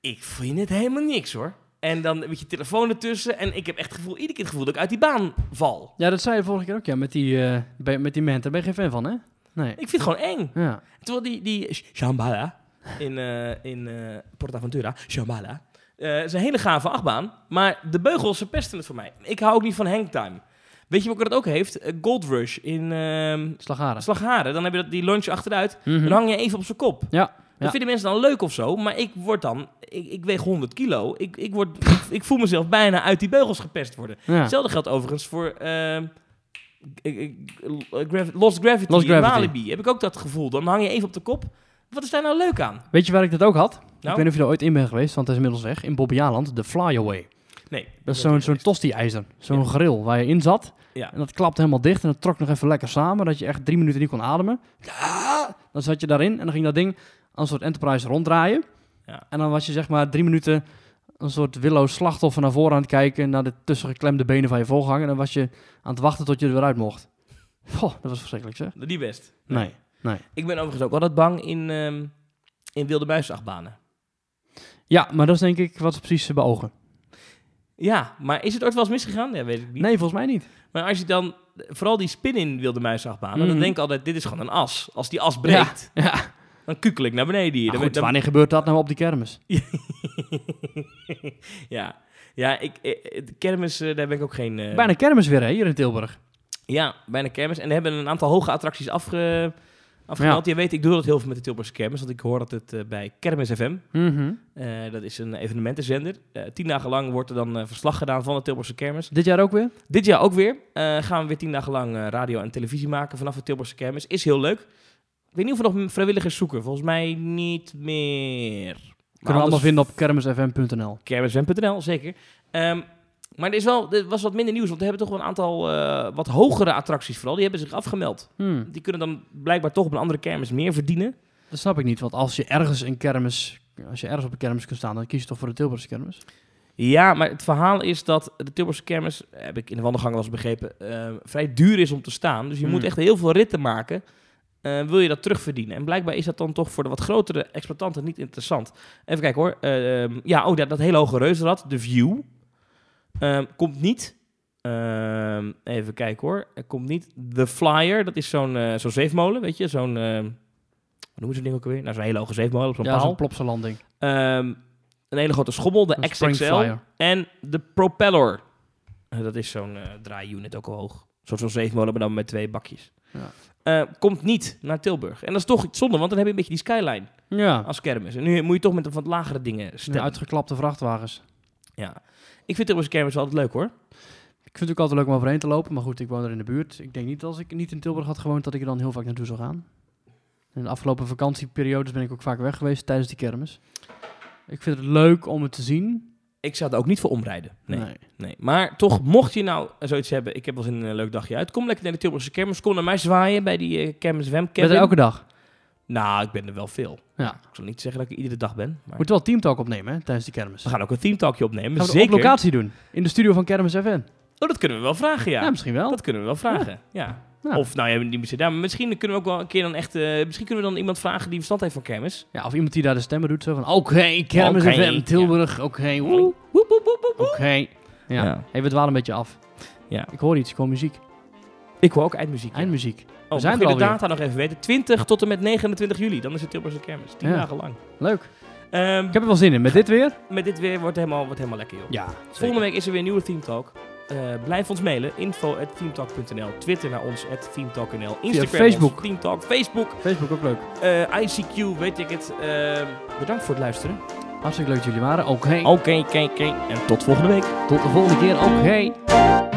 ik vind het helemaal niks hoor. En dan met je telefoon ertussen. En ik heb echt het gevoel, iedere keer het gevoel dat ik uit die baan val.
Ja, dat zei je vorige keer ook, ja, met die, eh, bij- met die menta. Ben je geen fan van, hè? Nee.
Ik vind het gewoon eng.
Ja.
Terwijl die, die Sh- Shambhala in, eh in eh, PortAventura, Shambhala, eh, is een hele gave achtbaan. Maar de beugels, ze pesten het voor mij. Ik hou ook niet van hangtime. Weet je wat dat ook heeft? Eh, Gold Rush in ehm
Slagharen.
Slagharen. Dan heb je dat, die lunch achteruit.
Mhm.
Dan hang je even op zijn kop.
Ja, ja.
Dat vinden mensen dan leuk of zo. Maar ik word dan... Ik, ik weeg 100 kilo. Ik, ik, word, ik, ik voel mezelf bijna uit die beugels gepest worden.
Ja.
Hetzelfde geldt overigens voor ehm, ik- ik- eh, Gravi- Lost Gravity
Lost
in
Gravity.
Malibu. Heb ik ook dat gevoel. Dan hang je even op de kop. Wat is daar nou leuk aan?
Weet je waar ik dat ook had? Ik weet
Nou?
niet of je er ooit in bent geweest, want het is inmiddels weg. In Bobbejaanland, de Flyaway.
Nee.
Dat is zo'n zo'n tosti-ijzer. Zo'n
Ja.
grill waar je in zat.
Ja.
En dat klapte helemaal dicht en dat trok nog even lekker samen. Dat je echt drie minuten niet kon ademen. Dan zat je daarin en dan ging dat ding als een soort Enterprise ronddraaien.
Ja.
En dan was je zeg maar drie minuten een soort willoos slachtoffer naar voren aan het kijken. Naar de tussengeklemde benen van je voorganger. En dan was je aan het wachten tot je er weer uit mocht. Goh, dat was verschrikkelijk zeg.
Die best.
Nee.
Ik ben overigens ook altijd bang in, ehm in wilde buisachtbanen.
Ja, maar dat is denk ik wat ze precies eh, beogen.
Ja, maar is het ooit wel eens misgegaan? Ja, weet ik niet.
Nee, volgens mij niet.
Maar als je dan, vooral die spin in wilde muisachtbanen, dan
Mhm.
denk ik altijd, dit is gewoon een as. Als die as breekt,
Ja.
dan kukel ik naar beneden hier.
Maar
Dan-
goed,
dan-
wanneer gebeurt dat nou op die kermis?
ja, ja ik, eh, de kermis, eh, daar ben ik ook geen... eh,
Bijna kermis weer hè, hier in Tilburg.
Ja, bijna kermis. En er hebben een aantal hoge attracties afge... afgehaald. Je weet, ik doe dat heel veel met de Tilburgse kermis. Want ik hoor dat het eh, bij Kermis FM,
Mhm.
eh, dat is een evenementenzender. eh, tien dagen lang wordt er dan eh, verslag gedaan van de Tilburgse kermis.
Dit jaar ook weer?
Dit jaar ook weer. eh, gaan we weer tien dagen lang eh, radio en televisie maken vanaf de Tilburgse kermis. Is heel leuk. Ik weet niet of we nog vrijwilligers zoeken. Volgens mij niet meer.
Kunnen we allemaal
anders-
vinden op kermisfm.nl.
kermiswem.nl, zeker. Ehm, maar er, is wel, er was wat minder nieuws, want er hebben toch wel een aantal eh, wat hogere attracties vooral. Die hebben zich afgemeld.
Hmm,
Die kunnen dan blijkbaar toch op een andere kermis meer verdienen.
dat snap ik niet, want als je ergens een kermis, als je ergens op een kermis kunt staan, dan kies je toch voor de Tilburgse kermis.
Ja, maar het verhaal is dat de Tilburgse kermis, heb ik in de wandelgang wel eens begrepen, eh, vrij duur is om te staan. Dus je
Hmm.
moet echt heel veel ritten maken. eh, wil je dat terugverdienen? En blijkbaar is dat dan toch voor de wat grotere exploitanten niet interessant. Even kijken hoor. Eh, ehm, ja, oh, dat, dat hele hoge reuzenrad, de View, ehm, komt niet. Ehm, even kijken hoor. Er komt niet. The Flyer, dat is zo'n eh, zo'n zeefmolen, weet je? Zo'n. ehm hoe noemen ze dat ding ook alweer? Nou, zo'n hele hoge zeefmolen op zo'n
ja,
paal.
zo'n plopse landing.
Ehm, een hele grote schommel, de
Een
XXL.
springflyer.
En de propeller. Eh, dat is zo'n eh, draaiunit ook al hoog. Zo'n zo'n zeefmolen, maar dan met twee bakjes.
Ja.
Eh, komt niet naar Tilburg. En dat is toch iets zonde, want dan heb je een beetje die skyline
Ja,
als kermis. En nu moet je toch met de wat lagere dingen
de
stemmen.
uitgeklapte vrachtwagens.
Ja. Ik vind Tilburgse kermis wel altijd leuk hoor.
Ik vind het ook altijd leuk om overheen te lopen, maar goed, ik woon er in de buurt. Ik denk niet als ik niet in Tilburg had gewoond, dat ik er dan heel vaak naartoe zou gaan. In de afgelopen vakantieperiodes ben ik ook vaak weg geweest tijdens die kermis. Ik vind het leuk om het te zien.
Ik zou er ook niet voor omrijden. Nee, nee.
Nee.
Maar toch, mocht je nou zoiets hebben, ik heb wel eens een eh, leuk dagje uit. Kom lekker naar de Tilburgse kermis. Kom naar mij zwaaien bij die eh, kermis Wem.
Ik ben er elke dag.
Nou, ik ben er wel veel.
Ja.
Ik zal niet zeggen dat ik er iedere dag ben. Maar...
Moet wel teamtalk opnemen hè, tijdens die kermis.
We gaan ook een teamtalkje opnemen.
Gaan we het
Zeker.
op locatie doen. In de studio van Kermis FN.
Oh, dat kunnen we wel vragen, ja.
Ja, misschien wel.
dat kunnen we wel vragen. Ja.
Ja.
Of nou, ja, niet misschien daar. Maar misschien kunnen we ook wel een keer dan echt. eh, misschien kunnen we dan iemand vragen die verstand heeft van kermis.
Ja, of iemand die daar de stemmen doet. Zo van, oké, Kermis
Oké,
FM Tilburg. Oké, woe,
Woep, woep, woep, woep, woep.
oké. Ja.
Ja.
Hey, we dwalen een beetje af.
Ja.
Ik hoor iets, ik hoor muziek.
Ik hoor ook eindmuziek. ja.
Eindmuziek.
Oh,
zijn
mocht
er
je de
alweer.
data nog even weten. 20 tot en met 29 juli. Dan is het Tilburgse kermis. 10
Ja.
dagen lang.
Leuk.
Ehm,
Ik heb er wel zin in. Met dit weer?
Met dit weer wordt het helemaal, wordt helemaal lekker, joh.
Ja.
Volgende week is er weer een nieuwe Team Talk. Eh, blijf ons mailen. info.teamtalk.nl Twitter naar ons, at teamtalk.nl Instagram
Facebook.
ons, Team Talk. Facebook.
Facebook ook leuk.
eh, ICQ, weet ik het. Ehm, bedankt voor het luisteren. Oh.
Hartstikke leuk dat jullie waren. Oké.
Oké, oké, oké. En tot volgende week.
Tot de volgende keer. Oké.